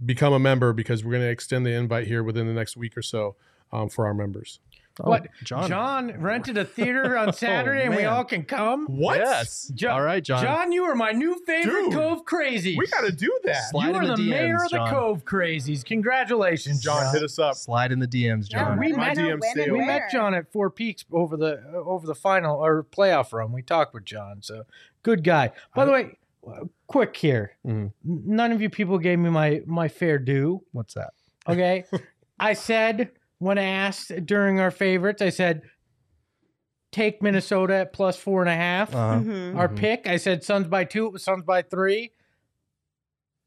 Speaker 4: become a member because we're gonna extend the invite here within the next week or so um, for our members.
Speaker 2: Oh,
Speaker 3: What?
Speaker 2: John?
Speaker 3: John rented a theater
Speaker 4: [LAUGHS]
Speaker 3: on Saturday, and we
Speaker 2: man.
Speaker 3: all can come.
Speaker 4: Oh, What?
Speaker 2: Yes.
Speaker 3: Jo-
Speaker 2: All right, John.
Speaker 3: John, you are my new favorite
Speaker 4: Dude,
Speaker 3: Cove Crazies.
Speaker 4: We gotta do that.
Speaker 2: Slide
Speaker 3: you
Speaker 2: in
Speaker 3: are the,
Speaker 2: the
Speaker 3: mayor
Speaker 2: DMs,
Speaker 3: of the
Speaker 2: John.
Speaker 3: Cove Crazies. Congratulations,
Speaker 4: John,
Speaker 3: John.
Speaker 4: hit us up.
Speaker 2: Slide in the DMs,
Speaker 1: Yeah,
Speaker 2: John.
Speaker 4: we-
Speaker 1: when
Speaker 4: my
Speaker 1: and how,
Speaker 4: DMs
Speaker 1: when
Speaker 4: say
Speaker 1: and
Speaker 4: we
Speaker 3: We
Speaker 4: Where?
Speaker 3: met
Speaker 1: where.
Speaker 3: John at Four Peaks over the over the final or playoff run. We talked with John, so good guy. By the way, w- Uh, quick here.
Speaker 2: Mhm.
Speaker 3: N- None of you people gave me my my fair due.
Speaker 2: What's that?
Speaker 3: Okay, I said when asked during our favorites, I said take Minnesota at plus four and a half.
Speaker 4: Uh, [LAUGHS]
Speaker 2: Uh-huh.
Speaker 1: Mhm.
Speaker 3: Our
Speaker 4: mm-hmm.
Speaker 2: Mhm.
Speaker 3: pick, I said Suns by two. It was Suns by three.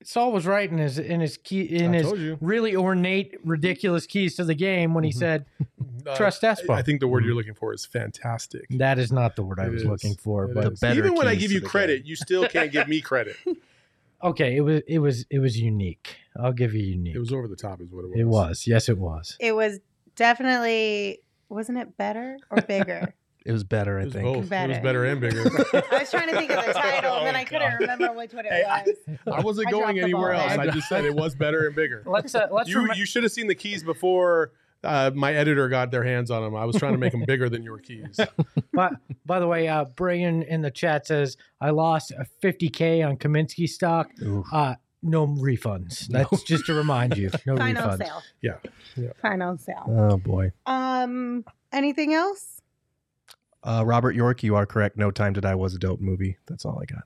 Speaker 3: Saul was right in his in his key in
Speaker 4: I
Speaker 3: his
Speaker 4: told you.
Speaker 3: really ornate, ridiculous keys to the game when he
Speaker 2: Mhm.
Speaker 3: said
Speaker 4: Uh,
Speaker 3: trust Espo.
Speaker 4: I think the
Speaker 2: Mm-hmm.
Speaker 4: word you're looking for is fantastic.
Speaker 3: That is not the word I
Speaker 4: It
Speaker 3: was
Speaker 4: is.
Speaker 3: looking for,
Speaker 4: It
Speaker 3: but
Speaker 4: is.
Speaker 2: better
Speaker 4: even when I
Speaker 2: keys
Speaker 4: give
Speaker 2: to
Speaker 4: you
Speaker 2: the
Speaker 4: credit,
Speaker 2: game.
Speaker 4: you still can't give me
Speaker 2: [LAUGHS]
Speaker 4: credit.
Speaker 3: okay, it was it was it was unique. I'll give you unique.
Speaker 4: It was over the top, is what it was.
Speaker 3: It was. yes, it was.
Speaker 1: It was definitely, wasn't it better or bigger?
Speaker 2: It was better,
Speaker 4: It
Speaker 2: I
Speaker 4: was
Speaker 2: think.
Speaker 4: both. It was
Speaker 1: Better.
Speaker 4: better and bigger.
Speaker 1: [LAUGHS] I was trying to think of the title, and then
Speaker 4: Oh,
Speaker 1: I couldn't
Speaker 4: God.
Speaker 1: remember which one it
Speaker 4: Hey, I- [LAUGHS]
Speaker 1: was.
Speaker 4: [LAUGHS] I wasn't
Speaker 1: I dropped
Speaker 4: going
Speaker 1: the
Speaker 4: anywhere
Speaker 1: ball
Speaker 4: else.
Speaker 1: there.
Speaker 4: I just said it was better
Speaker 1: [LAUGHS]
Speaker 4: and bigger.
Speaker 3: Let's uh, let's
Speaker 4: You
Speaker 3: remember.
Speaker 4: you should have seen the keys before uh, my editor got their hands on them. I was trying to make them bigger than your keys.
Speaker 1: [LAUGHS]
Speaker 3: by, by the way, uh, Bray in, in the chat says I lost a 50k on Kaminsky stock.
Speaker 2: Oof.
Speaker 3: Uh, no refunds. That's just to remind you. No
Speaker 1: Final
Speaker 3: refunds.
Speaker 1: sale.
Speaker 4: Yeah. Yeah.
Speaker 1: Final sale.
Speaker 2: Oh boy.
Speaker 1: Um, anything else?
Speaker 2: Uh, Robert York, you are correct. No Time to Die was a dope movie. That's all I got.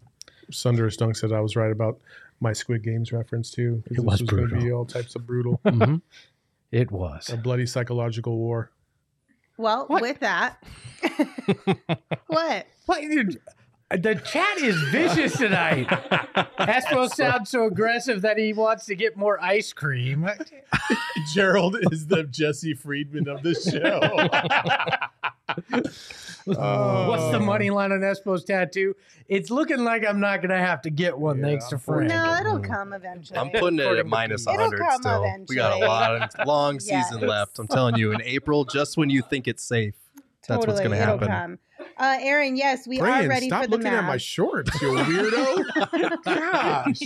Speaker 4: Sundar Stunk said I was right about my Squid Games reference too. 'cause
Speaker 3: It was
Speaker 4: this gonna
Speaker 3: brutal.
Speaker 4: be all types of
Speaker 2: [LAUGHS]
Speaker 4: brutal,
Speaker 2: Mm.
Speaker 3: It was.
Speaker 4: a bloody psychological war.
Speaker 1: Well,
Speaker 3: What?
Speaker 1: with that,
Speaker 4: [LAUGHS]
Speaker 1: what?
Speaker 3: What, dude, the chat is vicious tonight. Espo sounds so aggressive that he wants to get more ice cream.
Speaker 4: [LAUGHS] Gerald is the Jesse Friedman of the show. Oh.
Speaker 3: What's the money line on Espo's tattoo? It's looking like I'm not gonna have to get one
Speaker 4: Yeah,
Speaker 3: thanks to Frank.
Speaker 1: No, it'll
Speaker 2: Mm.
Speaker 1: come eventually.
Speaker 2: [LAUGHS] I'm putting it at minus
Speaker 1: It'll
Speaker 2: 100
Speaker 1: come
Speaker 2: still. We got a
Speaker 1: eventually.
Speaker 2: lot of long
Speaker 1: [LAUGHS]
Speaker 2: season
Speaker 1: Yes.
Speaker 2: left. I'm telling you, in April, just when you think it's safe, that's what's going to
Speaker 1: it'll
Speaker 2: happen.
Speaker 1: Come. Uh, Aaron, yes, we are
Speaker 4: Brian,
Speaker 1: ready
Speaker 4: stop
Speaker 1: for the
Speaker 4: looking
Speaker 1: math.
Speaker 4: at my shorts, [LAUGHS] you weirdo. Gosh.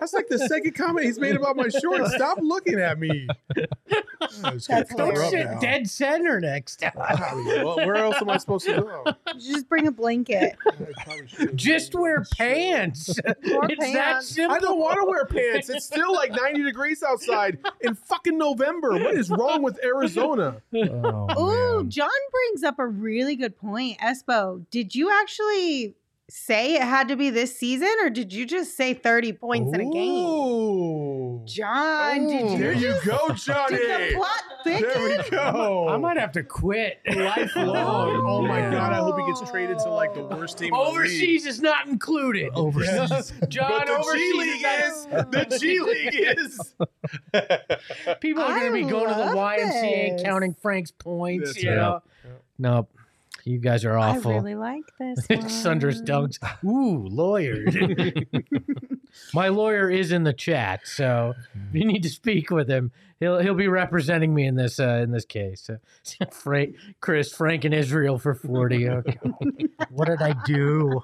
Speaker 4: That's like the second comment he's made about my shorts. Stop looking at me. I'm just gonna
Speaker 1: That's
Speaker 4: cover
Speaker 3: Don't
Speaker 4: up
Speaker 3: sit
Speaker 4: now.
Speaker 3: dead center next time.
Speaker 4: Golly, well, where else am I supposed to go?
Speaker 1: Just bring a blanket. [LAUGHS]
Speaker 4: I probably should've-
Speaker 3: Just wear pants.
Speaker 1: Or
Speaker 3: [LAUGHS] it's that
Speaker 1: pants.
Speaker 4: I
Speaker 3: simple.
Speaker 4: don't want to wear pants. It's still like 90 degrees outside in fucking November. What is wrong with Arizona?
Speaker 2: Oh,
Speaker 1: Ooh, John brings up a really good point. Espo, did you actually say it had to be this season, or did you just say 30 points in a game?
Speaker 4: Ooh.
Speaker 1: John, did
Speaker 4: There
Speaker 1: you?
Speaker 4: you go,
Speaker 1: Did the
Speaker 4: Johnny.
Speaker 1: plot
Speaker 4: There
Speaker 1: thicken?
Speaker 4: we go.
Speaker 3: I might have to quit. [LAUGHS]
Speaker 1: [LAUGHS]
Speaker 4: lifelong.
Speaker 2: Oh,
Speaker 4: Oh my
Speaker 2: man.
Speaker 4: god! I hope he gets traded to like the worst team. in the league.
Speaker 3: Overseas is not included.
Speaker 2: Overseas.
Speaker 3: [LAUGHS]
Speaker 4: but
Speaker 3: John,
Speaker 4: the
Speaker 3: overseas
Speaker 4: G
Speaker 3: is
Speaker 4: League
Speaker 3: not
Speaker 4: is. The [LAUGHS] G League is.
Speaker 3: People are going to be
Speaker 1: I
Speaker 3: going to the
Speaker 1: love
Speaker 3: YMCA and
Speaker 1: this.
Speaker 3: counting Frank's points.
Speaker 4: That's
Speaker 3: you
Speaker 2: right.
Speaker 3: know?
Speaker 4: Yep.
Speaker 3: Nope. You guys are awful.
Speaker 1: I really like
Speaker 4: [LAUGHS]
Speaker 1: this. one.
Speaker 3: Sunders dunks. [LAUGHS] Ooh, lawyer. My lawyer is in the chat, so if you need to speak with him, he'll he'll be representing me in this uh, in this case. So, [LAUGHS] Frank, Chris, Frank, and Israel
Speaker 1: [LAUGHS]
Speaker 3: for forty. Oh, God. what did I do?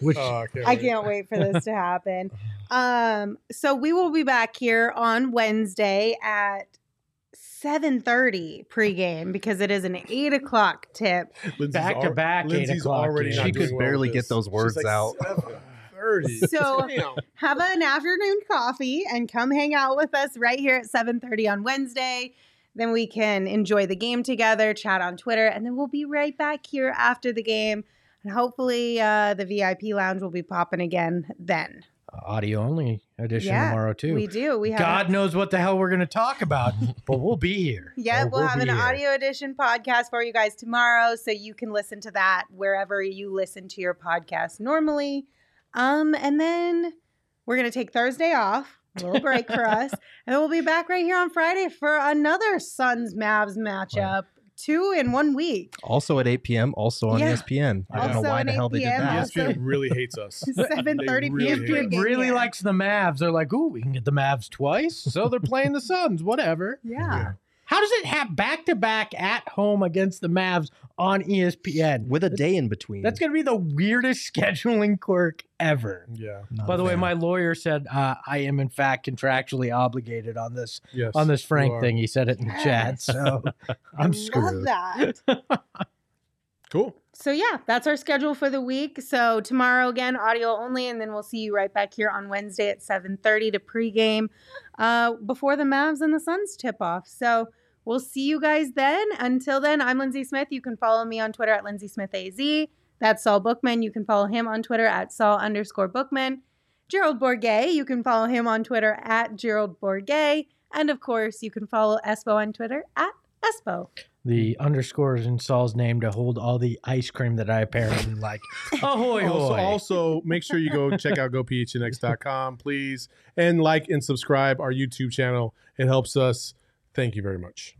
Speaker 3: Which
Speaker 4: Oh, I can't
Speaker 1: I
Speaker 4: wait.
Speaker 1: can't wait for this to
Speaker 4: [LAUGHS]
Speaker 1: happen. Um, so we will be back here on Wednesday at 7:30 pregame because it is an eight o'clock tip.
Speaker 4: Lindsay's
Speaker 3: Back to
Speaker 4: al-
Speaker 3: back, eight
Speaker 4: Lindsay's
Speaker 3: o'clock,
Speaker 4: already
Speaker 3: dude.
Speaker 4: not
Speaker 2: She
Speaker 4: doing
Speaker 2: could
Speaker 4: well
Speaker 2: barely
Speaker 4: with
Speaker 2: get
Speaker 4: this.
Speaker 2: those
Speaker 4: She's
Speaker 2: words
Speaker 4: like,
Speaker 2: out.
Speaker 4: "Seven thirty.
Speaker 1: [LAUGHS] So-
Speaker 4: Damn.
Speaker 1: have an afternoon coffee and come hang out with us right here at 7:30 on Wednesday. Then we can enjoy the game together, chat on Twitter, and then we'll be right back here after the game. And hopefully, uh, the VIP lounge will be popping again then.
Speaker 3: Audio only edition
Speaker 1: Yeah,
Speaker 3: tomorrow too.
Speaker 1: We do. We have.
Speaker 3: God knows what the hell we're going to talk about, but we'll be here.
Speaker 1: [LAUGHS] yeah,
Speaker 3: Oh,
Speaker 1: we'll, have
Speaker 3: be
Speaker 1: an
Speaker 3: here.
Speaker 1: audio edition podcast for you guys tomorrow, so you can listen to that wherever you listen to your podcast normally. Um, and then we're gonna take Thursday off, a little break for
Speaker 3: [LAUGHS]
Speaker 1: us, and then we'll be back right here on Friday for another Suns Mavs matchup, two in one week.
Speaker 2: Also at 8 p.m. Also on E
Speaker 1: Yeah.
Speaker 2: ESPN. I don't
Speaker 1: Also
Speaker 2: know why
Speaker 1: at
Speaker 2: the hell
Speaker 1: 8
Speaker 2: they did
Speaker 1: p.m.
Speaker 4: E
Speaker 2: that.
Speaker 1: also-
Speaker 4: ESPN really hates us.
Speaker 1: [LAUGHS] Seven thirty
Speaker 4: really
Speaker 1: p.m.
Speaker 4: hate
Speaker 3: Dude
Speaker 4: us.
Speaker 1: pregame,
Speaker 3: really
Speaker 1: yeah.
Speaker 3: likes the Mavs. They're like, ooh, we can get the Mavs twice, so they're playing the Suns. Whatever.
Speaker 1: Yeah.
Speaker 3: How does it have back to back at home against the Mavs on E ESPN?
Speaker 2: With a day in between.
Speaker 3: That's going to be the weirdest [LAUGHS] scheduling quirk ever. Oh,
Speaker 4: Yeah.
Speaker 2: Not
Speaker 3: By
Speaker 2: a
Speaker 3: the way,
Speaker 2: fan.
Speaker 3: my lawyer said uh, I am in fact contractually obligated on this
Speaker 4: Yes.
Speaker 3: on this
Speaker 4: you
Speaker 3: Frank
Speaker 4: are.
Speaker 3: thing. He said it [LAUGHS] in the chat, so
Speaker 1: I
Speaker 3: I'm
Speaker 1: love
Speaker 3: screwed.
Speaker 1: that.
Speaker 4: Cool.
Speaker 1: So yeah, that's our schedule for the week. So tomorrow again, audio only, and then we'll see you right back here on Wednesday at 7:30 to pregame uh, before the Mavs and the Suns tip off. So we'll see you guys then. Until then, I'm Lindsay Smith. You can follow me on Twitter at Lindsay Smith AZ. That's Saul Bookman. You can follow him on Twitter at Saul underscore Bookman. Gerald Bourget, you can follow him on Twitter at Gerald Bourget. And of course, you can follow Espo on Twitter at Espo.
Speaker 3: The underscores in Saul's name to hold all the ice cream that I apparently [LAUGHS] like. Ahoy,
Speaker 4: Also,
Speaker 3: hoy.
Speaker 4: also, make sure you go check out gophnx.com, please, and like and subscribe our YouTube channel. It helps us. Thank you very much.